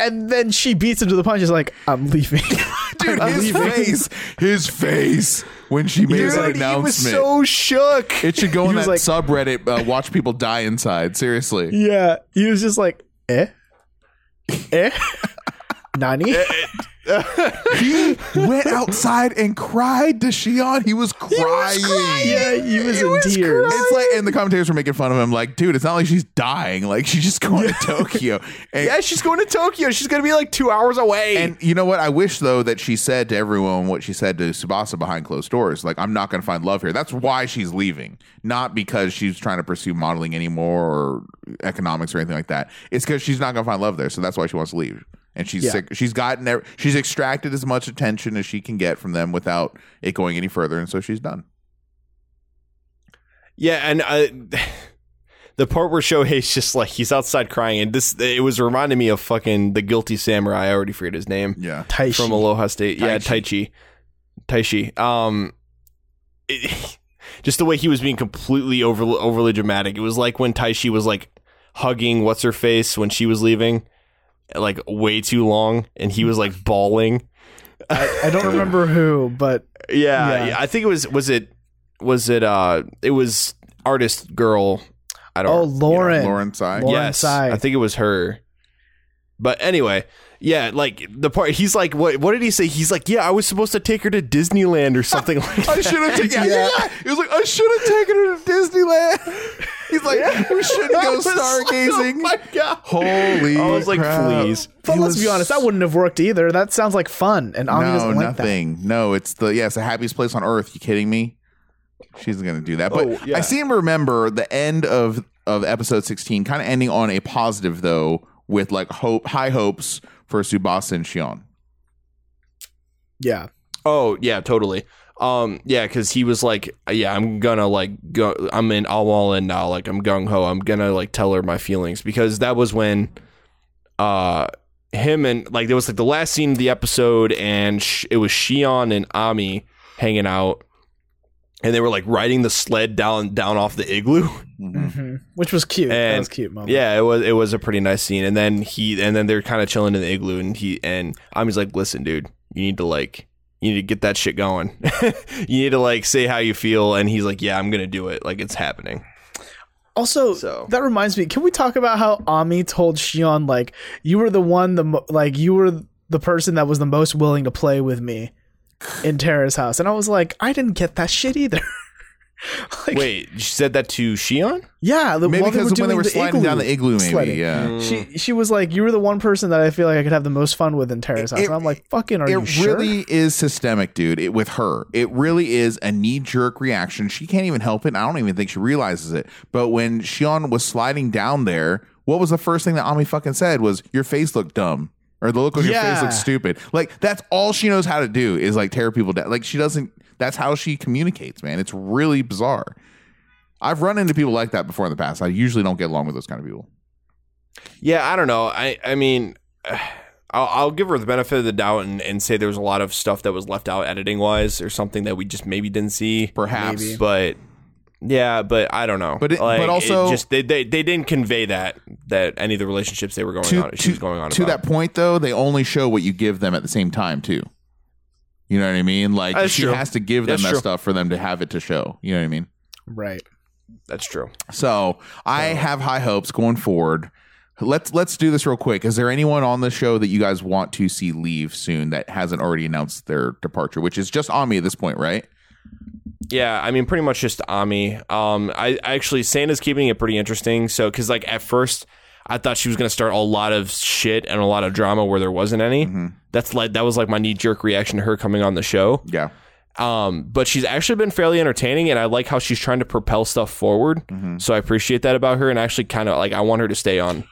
A: And then she beats him to the punch. Is like, I'm leaving.
B: Dude,
A: I'm
B: his
A: leaving.
B: face, his face when she made
C: Dude,
B: that
C: he
B: announcement.
C: was so shook.
B: it should go
A: he
B: in
A: was
B: that
A: like-
B: subreddit. Uh, watch people die inside. Seriously,
A: Yeah, he was just like, eh, eh, Nani.
B: he went outside and cried to Shion. He was crying.
A: yeah, he was in tears.
B: It's like, and the commentators were making fun of him. Like, dude, it's not like she's dying. Like, she's just going to Tokyo. And,
C: yeah, she's going to Tokyo. She's going to be like two hours away.
B: and you know what? I wish though that she said to everyone what she said to Subasa behind closed doors. Like, I'm not going to find love here. That's why she's leaving, not because she's trying to pursue modeling anymore or economics or anything like that. It's because she's not going to find love there, so that's why she wants to leave. And she's
A: Yeah.
B: sick. She's gotten. ev- She's extracted as much attention as she can get from them without it going any further, and so she's done.
C: yeah, and uh, the part where Shohei's just like he's outside crying, and this it was reminding me of fucking the guilty samurai. I already forget his name.
B: Yeah.
A: Taishi.
C: from Aloha State. Yeah,
B: Taichi.
C: Taichi. Taichi. Um, it- just the way he was being completely over, overly dramatic. It was like when Taishi was like hugging what's her face when she was leaving, like way too long, and he was like bawling.
A: I, I don't remember who, but
C: Yeah,
A: Yeah.
C: I think it was was it was it uh it was artist girl. I don't.
A: oh, Lauren.
B: Lauren Tsai.
A: Lauren Tsai.
C: I think it was her. But anyway, yeah, like the part he's like, what? What did he say? He's like, yeah, I was supposed to take her to Disneyland or something like
B: I
C: that.
B: should have taken. Yeah, yeah. He was like, I should have taken her to Disneyland. He's like, we shouldn't
C: I
B: go
C: was like,
B: stargazing.
C: "Oh my God."
B: Holy!
C: I was like,
B: crap.
C: please.
A: But
B: He
A: let's
B: was-
A: be honest, that wouldn't have worked either. That sounds like fun, and Ami
B: No,
A: doesn't like that.
B: nothing. No, it's the yeah, it's the happiest place on earth. You kidding me? She's gonna do that. But
C: Oh, yeah.
B: I seem to remember the end of of episode sixteen, kind of ending on a positive though, with like hope, high hopes for Subasa and Shion.
A: Yeah,
C: Oh yeah, totally. Um, yeah, because he was like, yeah, I'm gonna like go. I'm in. I'm all in now. Like I'm gung ho. I'm gonna like tell her my feelings because that was when, uh, him and like there was like the last scene of the episode and sh- it was Shion and Ami hanging out, and they were like riding the sled down down off the igloo.
B: Mm.
C: Mm-hmm.
A: hmm which was cute. that
C: And-
A: was a cute moment.
C: Yeah, it was it was a pretty nice scene. And then he and then they're kind of chilling in the igloo, and he and Ami's like, "Listen, dude, you need to like you need to get that shit going. you need to like say how you feel." And he's like, "Yeah, I'm gonna do it. Like it's happening."
A: Also,
C: So-
A: that reminds me. Can we talk about how Ami told Shion like you were the one the mo- like you were the person that was the most willing to play with me in Tara's house, and I was like, I didn't get that shit either. like,
C: Wait, she said that to Shion?
A: yeah, the,
B: Maybe
A: while
B: because
A: doing
B: when they were
A: the
B: sliding
A: igloo,
B: down the igloo, maybe
A: sledding,
B: yeah.
A: She she was like, you were the one person that I feel like I could have the most fun with in Tara's house,
B: It-
A: and I'm like, fucking, are
B: it
A: you sure?
B: really is systemic, dude. It with her, it really is a knee jerk reaction. She can't even help it. I don't even think she realizes it. But when Shion was sliding down there, what was the first thing that Ami fucking said was, "Your face looked dumb." Or the look on your face
A: Yeah.
B: looks stupid. Like that's all she knows how to do is like tear people down. Like she doesn't. That's how she communicates, man. It's really bizarre. I've run into people like that before in the past. I usually don't get along with those kind of people.
C: Yeah, I don't know. I I mean, I'll, I'll give her the benefit of the doubt and, and say there was a lot of stuff that was left out editing wise or something that we just maybe didn't see.
B: Perhaps,
A: Maybe.
C: but yeah, but I don't know.
B: But it- but
C: it
B: also-
C: just they, they they didn't convey that that any of the relationships they were going on she was going on
B: to
C: about.
B: that point though they only show what you give them at the same time too you know what i mean like
C: That's
B: she
C: true.
B: has to give them
C: That's
B: that
C: true.
B: stuff for them to have it to show you know what i mean
A: right.
C: That's true.
B: so i have high hopes going forward let's let's do this real quick is there anyone on the show that you guys want to see leave soon that hasn't already announced their departure which is just on me at this point right
C: Yeah, I mean, pretty much just Ami. Um, I I actually Santa's keeping it pretty interesting. So, because like at first, I thought she was going to start a lot of shit and a lot of drama where there wasn't any.
B: Mm-hmm.
C: That's like that was like my knee jerk reaction to her coming on the show.
B: yeah
C: Um, but she's actually been fairly entertaining, and I like how she's trying to propel stuff forward.
B: Mm-hmm.
C: So I appreciate that about her, and actually kind of like I want her to stay on,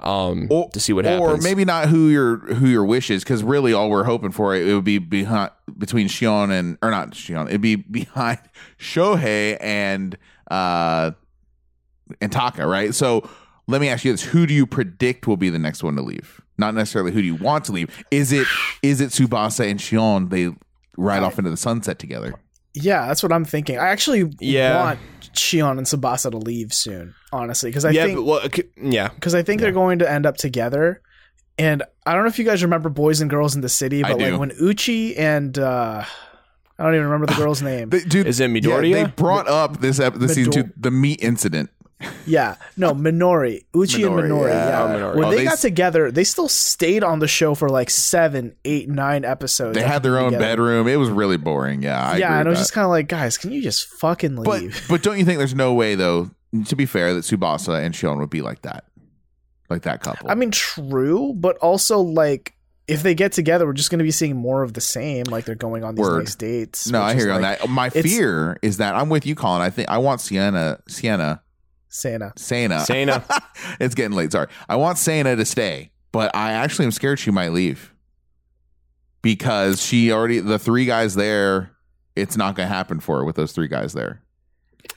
C: um, to see what
B: or
C: happens.
B: maybe not who your who your wish is because really all we're hoping for it would be behind between Shion and or not Shion it'd be behind Shohei and uh and Taka right so let me ask you this who do you predict will be the next one to leave not necessarily who do you want to leave is it is it Tsubasa and Shion they ride off into the sunset together
A: Yeah, that's what I'm thinking. I actually
C: Yeah.
A: want Shion and Sabasa to leave soon, honestly, because I
C: yeah,
A: think
C: but, well, okay, yeah.
A: because I think they're going to end up together. And I don't know if you guys remember Boys and Girls in the City,
B: I
A: but like
B: do.
A: when Uchi and uh, I don't even remember the girl's name.
B: They- dude,
C: Is it
B: yeah,
C: Midoriya?
B: they brought up this ep- this season
A: Midor-
B: two the meat incident.
A: Yeah, no, Minori, Uchi
B: Minori,
A: and Minori.
B: yeah.
A: Yeah,
C: Oh, Minori.
A: when
B: Oh,
A: they,
B: they
A: got
B: s-
A: together, they still stayed on the show for like seven, eight, nine episodes.
B: They
A: after
B: had their own
A: together.
B: bedroom. It was really boring. Yeah, I
A: yeah,
B: agree
A: and it was
B: with
A: just kind of like, guys, can you just fucking
B: that.
A: leave?
B: But but don't you think there's no way though? To be fair, that Subasa and Shion would be like that, like that couple.
A: I mean, true, but also like. If they get together, we're just going to be seeing more of the same. Like they're going on these
B: Word.
A: nice dates.
B: no,
A: which
B: I
A: is,
B: hear you on
A: like,
B: that. My
A: it's-
B: fear is that I'm with you, Colin. I think I want Sienna, Sienna,
A: Santa.
B: Sana.
C: Sana.
B: it's getting late. Sorry, I want Sana to stay, but I actually am scared she might leave because she already the three guys there. It's not going to happen for her with those three guys there.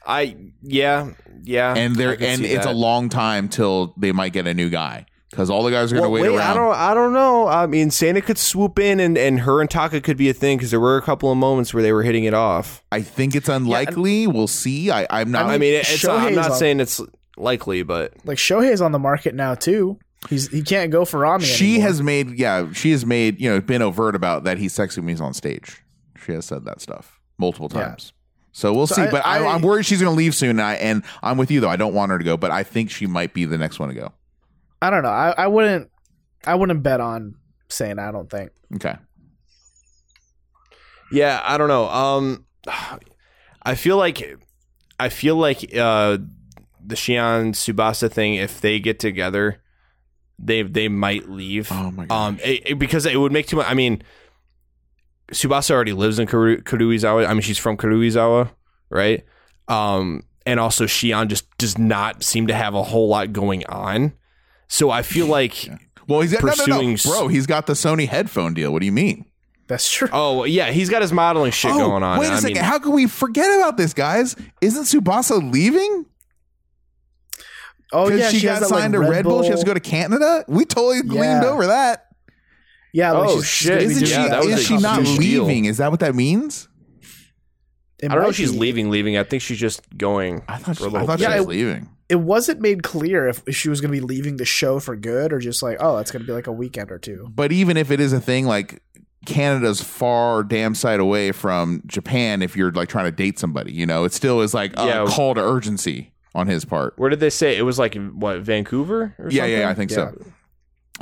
C: I yeah yeah.
B: and
C: I
B: they're
C: can
B: and
C: see
B: it's
C: that.
B: a long time till they might get a new guy because all the guys are going to
C: Well,
B: wait,
C: wait,
B: around.
C: I don't I don't know. I mean, Sana could swoop in and and her and Taka could be a thing because there were a couple of moments where they were hitting it off.
B: I think it's unlikely. we'll see. I, I'm not.
C: I mean, it- it's not, I'm
A: Shohei's
C: not
A: on-
C: saying it's likely, but
A: Like Shohei's on the market now too. He's he can't go for Rami.
B: she
A: anymore.
B: has made. Yeah, she has made. You know, been overt about that. He's sexing me on stage. She has said that stuff multiple
A: Yeah.
B: times. So we'll see.
A: I-
B: but I,
A: I-
B: I, am worried she's going to leave soon. And, I, and I'm with you though. I don't want her to go, but I think she might be the next one to go.
A: I don't know. I, I wouldn't. I wouldn't bet on Santa. I don't think.
B: Okay.
C: yeah, I don't know. Um, I feel like I feel like uh the Shion Subasa thing. If they get together, they they might leave.
B: Oh my god.
C: Um, it, it- because it would make too much. I mean, Subasa already lives in Karu- Karuizawa. I mean, she's from Karuizawa, right? Um, and also Shion just does not seem to have a whole lot going on. So I feel like,
B: Um, well, he's got no, no,
C: pursuing
B: no,
C: s-
B: bro. He's got the Sony headphone deal. What do you mean?
A: That's true.
C: oh yeah, he's got his modeling shit
B: Oh,
C: going on.
B: Wait a
C: I
B: second.
C: mean,
B: How can we forget about this, guys? Isn't Subasa leaving?
A: Oh
B: Because
A: yeah,
B: she, got
A: has that, like,
B: signed to Red Bull. She has to go to Canada. We totally
A: Yeah.
B: leaned over that.
A: Yeah. Like
C: Oh,
A: she's, she's
C: shit.
A: gonna be
B: Isn't
C: do-
A: doing
B: she?
C: yeah, that was
B: is
C: a
B: she not
C: huge deal.
B: leaving? Is that what that means?
A: It
C: I don't know
A: might
C: if she's
A: be.
C: leaving. Leaving. I think she's just going.
B: I thought she,
C: For a
B: I
C: little
B: thought
A: bit.
B: she was
A: Yeah, I-
B: leaving.
A: It wasn't made clear if, if she was going to be leaving the show for good or just like, oh, it's going to be like a weekend or two.
B: But even if it is a thing, like Canada's far damn side away from Japan. If you're like trying to date somebody, you know, it still is like a
C: Yeah.
B: call to urgency on his part.
C: Where did they say it was like what Vancouver? Or
B: Yeah,
C: something?
B: yeah, I think so.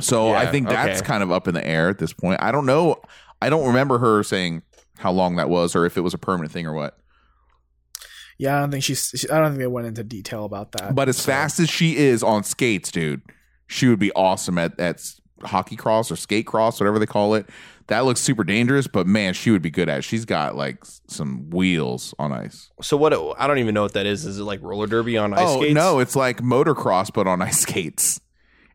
B: So I
C: Yeah,
B: think that's
C: okay.
B: kind of up in the air at this point. I don't know. I don't remember her saying how long that was or if it was a permanent thing or what.
A: Yeah, I don't think she's. She, I don't think they went into detail about that.
B: But as fast as she is on skates, dude, she would be awesome at at s- hockey cross or skate cross, whatever they call it. That looks super dangerous, but man, she would be good at. it. She's got like s- some wheels on ice.
C: So what? I don't even know what that is. Is it like roller derby on ice
B: oh
C: skates?
B: no, it's like motocross but on ice skates.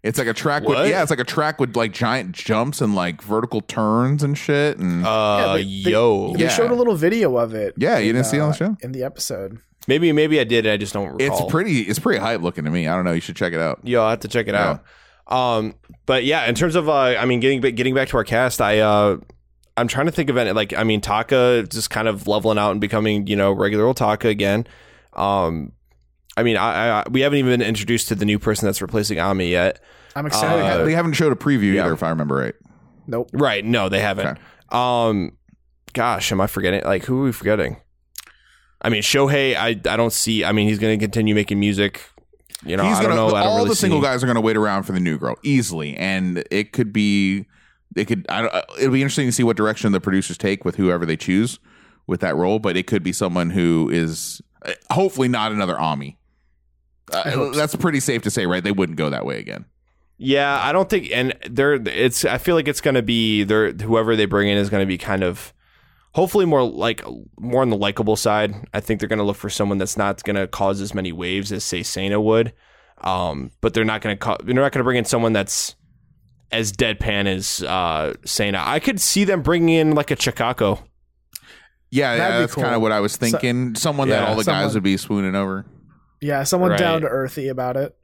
B: It's like a track
C: What?
B: with yeah, it's like a track with like giant jumps and like vertical turns and shit. And
C: Uh,
A: Yeah, they- they-
C: yo.
A: they
B: yeah.
A: showed a little video of it.
B: yeah, you didn't see it on the
A: uh,
B: show.
A: in the episode.
C: Maybe maybe I did. I just don't
B: It's
C: recall.
B: pretty. It's pretty hype looking to me. I don't know. You should check it out.
C: Yo, I have to check it out. Um, but yeah, in terms of uh, I mean, getting ba- getting back to our cast, I uh, I'm trying to think of any like I mean, Taka just kind of leveling out and becoming you know regular old Taka again. Um, I mean, I, I we haven't even been introduced to the new person that's replacing Ami yet.
A: I'm
B: They
A: excited.
C: Uh,
B: haven't- they haven't showed a preview
C: yeah.
B: either, if I remember right.
A: nope.
C: Right? No, they haven't.
B: Okay.
C: Um, gosh, am I forgetting? Like, who are we forgetting? I mean, Shohei. I I don't see. I mean, he's going to continue making music. You know, I
B: gonna
C: don't know. I don't
B: all
C: really
B: the single
C: see.
B: guys are gonna wait around for the new girl easily, and it could be it could I don't, uh, it'll be interesting to see what direction the producers take with whoever they choose with that role, but it could be someone who is uh, hopefully not another Ami. Uh, that's pretty safe to say, right? They wouldn't go that way again.
C: Yeah, I don't think, and they're it's. I feel like it's going to be they're whoever they bring in is going to be kind of, hopefully more like more on the likable side. I think they're going to look for someone that's not going to cause as many waves as say Sana would, um, but they're not going to. They're not going to bring in someone that's as deadpan as uh, Sana. I could see them bringing in like a Chicago.
B: Yeah,
A: That'd
B: yeah
A: be
B: that's
A: cool.
B: kind of what I was thinking. someone that
C: yeah,
B: all the guys
A: someone-
B: would be swooning over.
A: Yeah, someone
C: Right.
A: down to earthy about it.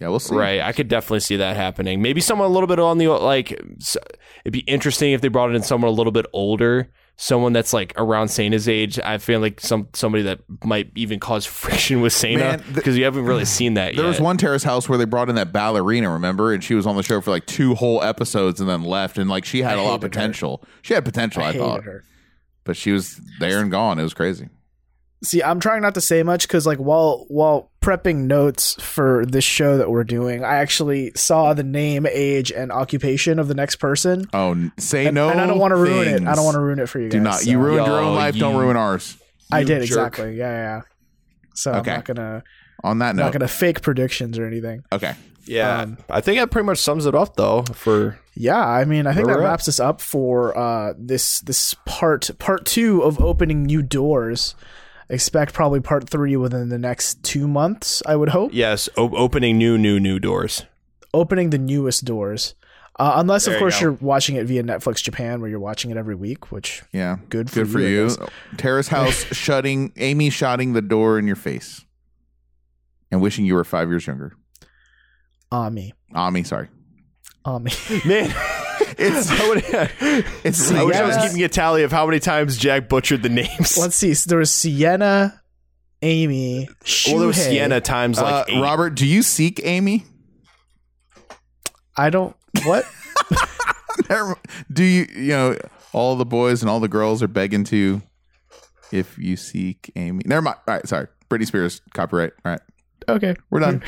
B: Yeah, we'll see.
C: Right, I could definitely see that happening. Maybe someone a little bit on the like. s- It'd be interesting if they brought in someone a little bit older someone that's like around Saina's age. I feel like some somebody that might even cause friction with Saina
B: Man, th-
C: because you haven't really seen that
B: There
C: yet.
B: was one terrace house where they brought in that ballerina, remember? And she was on the show for like two whole episodes and then left. And like she had a lot of
A: hated her.
B: potential. She had potential, I,
A: hated
B: thought.
A: her.
B: But she was there and gone. It was crazy.
A: See, I'm trying not to say much because, like, while while prepping notes for this show that we're doing, I actually saw the name, age, and occupation of the next person,
B: Oh, n- say
A: and,
B: no.
A: and I don't want to ruin it.
B: things.
A: I don't want to ruin it for you guys.
B: Do not.
A: so-
B: You ruined your
C: Y'all,
B: own life. Don't
C: you-
B: ruin ours.
A: I
C: you
A: did
C: jerk.
A: exactly. Yeah, yeah. yeah. So
B: Okay.
A: I'm not gonna
B: On that note.
A: not gonna fake predictions or anything.
B: okay.
C: yeah,
B: uh,
A: um,
C: I think that pretty much sums it up though. For
A: Yeah, I mean, I think
C: Where
A: that
C: we're at.
A: wraps us up for uh, this this part part two of opening new doors. Expect probably part three within the next two months. I would hope
C: yes, o- opening new, new, new doors.
A: opening the newest doors, uh, unless
C: There
A: of
C: you
A: course
C: go.
A: you are watching it via Netflix Japan, where you're watching it every week. Which
B: Yeah.
A: good for
B: Good for
A: you. I
B: you.
A: guess.
B: Terrace house shutting, Amy shutting the door in your face and wishing you were five years younger.
A: Ami,
B: Ami, sorry.
A: Ami.
C: Man,
B: It's,
C: I, would,
B: it's
A: See,
C: I
B: so
C: wish I was
A: Yeah.
C: keeping a tally of how many times Jack butchered the names.
A: Let's see. So there was Sienna, Amy,
C: well, there was
A: Shuhei.
C: Sienna times like
B: Uh,
C: eight.
B: Robert, do you seek Amy?
A: I don't. What?
B: Do you, you know, all the boys and all the girls are begging to if you seek Amy? Never mind. All right. Sorry. Britney Spears, copyright. All right.
A: okay.
B: We're done.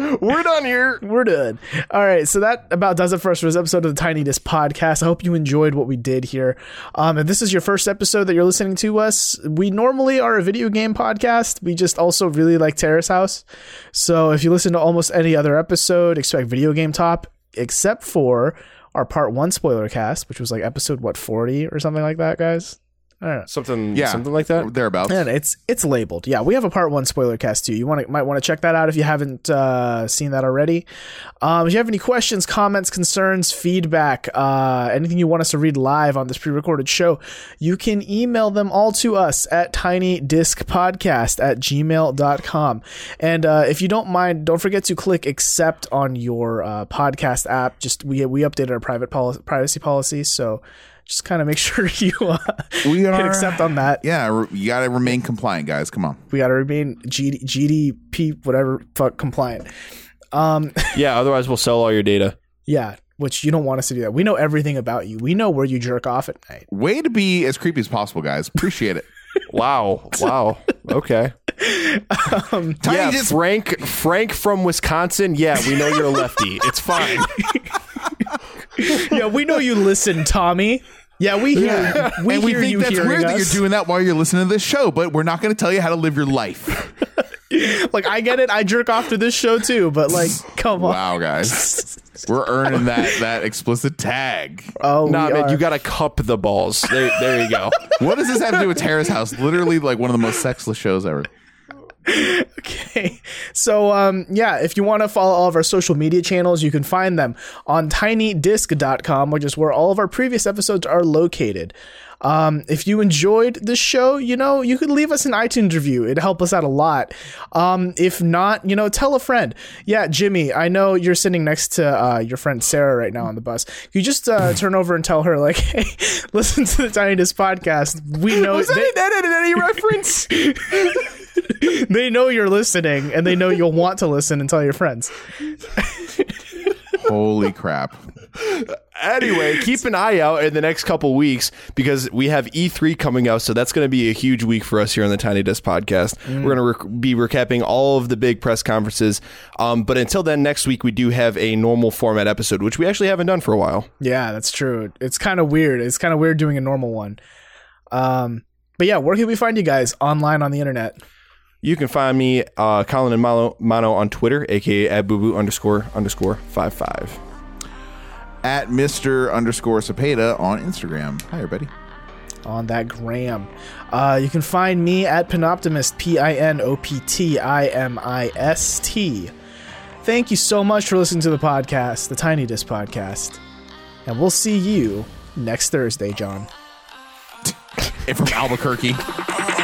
C: We're done here.
A: We're done. All right, so that about does it for us for this episode of the Tiny Disc Podcast. I hope you enjoyed what we did here. Um, if this is your first episode that you're listening to us, we normally are a video game podcast. We just also really like Terrace House. So if you listen to almost any other episode, expect video game top, except for our part one spoiler cast, which was like episode what forty or something like that, guys. I don't know.
C: Something,
B: Yeah.
C: something like that.
B: Thereabouts.
A: And it's it's labeled. Yeah, we have a part one spoiler cast too. You want to might want to check that out if you haven't uh, seen that already. Um, if you have any questions, comments, concerns, feedback, uh, anything you want us to read live on this pre-recorded show, you can email them all to us at tinydiscpodcast at gmail.com. And uh, if you don't mind, don't forget to click accept on your uh, podcast app. Just we we updated our private policy, privacy policy, so just kind of make sure you uh,
B: We
A: hit
B: are-
A: accept on that
B: yeah. re- You got to remain compliant, guys. Come on.
A: we gotta remain GD, GDP whatever fuck compliant. Um,
C: Yeah. Otherwise, we'll sell all your data.
A: yeah, which you don't want us to do that. We know everything about you. We know where you jerk off at night.
B: Way to be as creepy as possible, guys. Appreciate it.
C: Wow. Wow. Okay.
B: Tiny
C: yeah,
B: Disc-
C: Frank. Frank from Wisconsin. Yeah, we know you're a lefty. It's fine.
A: Yeah, we know you listen, Tommy. Yeah, we hear we
B: and we
A: hear
B: think
A: you
B: that's
A: hearing
B: weird that
A: us.
B: you're doing that while you're listening to this show, but we're not going to tell you how to live your life.
A: like I get it. I jerk off to this show too, but like, come on.
B: wow, guys. We're earning that that explicit tag.
A: Oh,
C: Nah,
A: we
C: man,
A: are.
C: you gotta cup the balls. There, there you go.
B: What does this have to do with Terrace House? Literally, like one of the most sexless shows ever.
A: Okay. So, um, yeah, if you want to follow all of our social media channels, you can find them on tinydisc.com, which is where all of our previous episodes are located. Um, if you enjoyed this show, you know, you could leave us an iTunes review. It'd help us out a lot. Um, if not, you know, tell a friend. Yeah, Jimmy, I know you're sitting next to uh, your friend Sarah right now on the bus. You just uh, turn over and tell her, like, hey, listen to the Tiny Disc podcast. We know they-
C: any reference?
A: they know you're listening and they know you'll want to listen and tell your friends.
B: Holy crap.
C: anyway, keep an eye out in the next couple weeks because we have E3 coming out, so that's going to be a huge week for us here on the Tiny Desk Podcast. We're going to rec- be recapping all of the big press conferences, um, but until then, next week we do have a normal format episode, which we actually haven't done for a while.
A: Yeah, that's true. It's kind of weird. It's kind of weird doing a normal one. Um, but yeah, where can we find you guys online on the internet?
C: You can find me, uh, Colin and Mono, Mono on Twitter, aka at boo boo underscore underscore five five.
B: At Mr. underscore Cepeda on Instagram. Hi, everybody.
A: On that gram. Uh, you can find me at Panoptimist, P I N O P T I M I S T. Thank you so much for listening to the podcast, the Tiny Disc Podcast. And we'll see you next Thursday, John.
B: And from Albuquerque.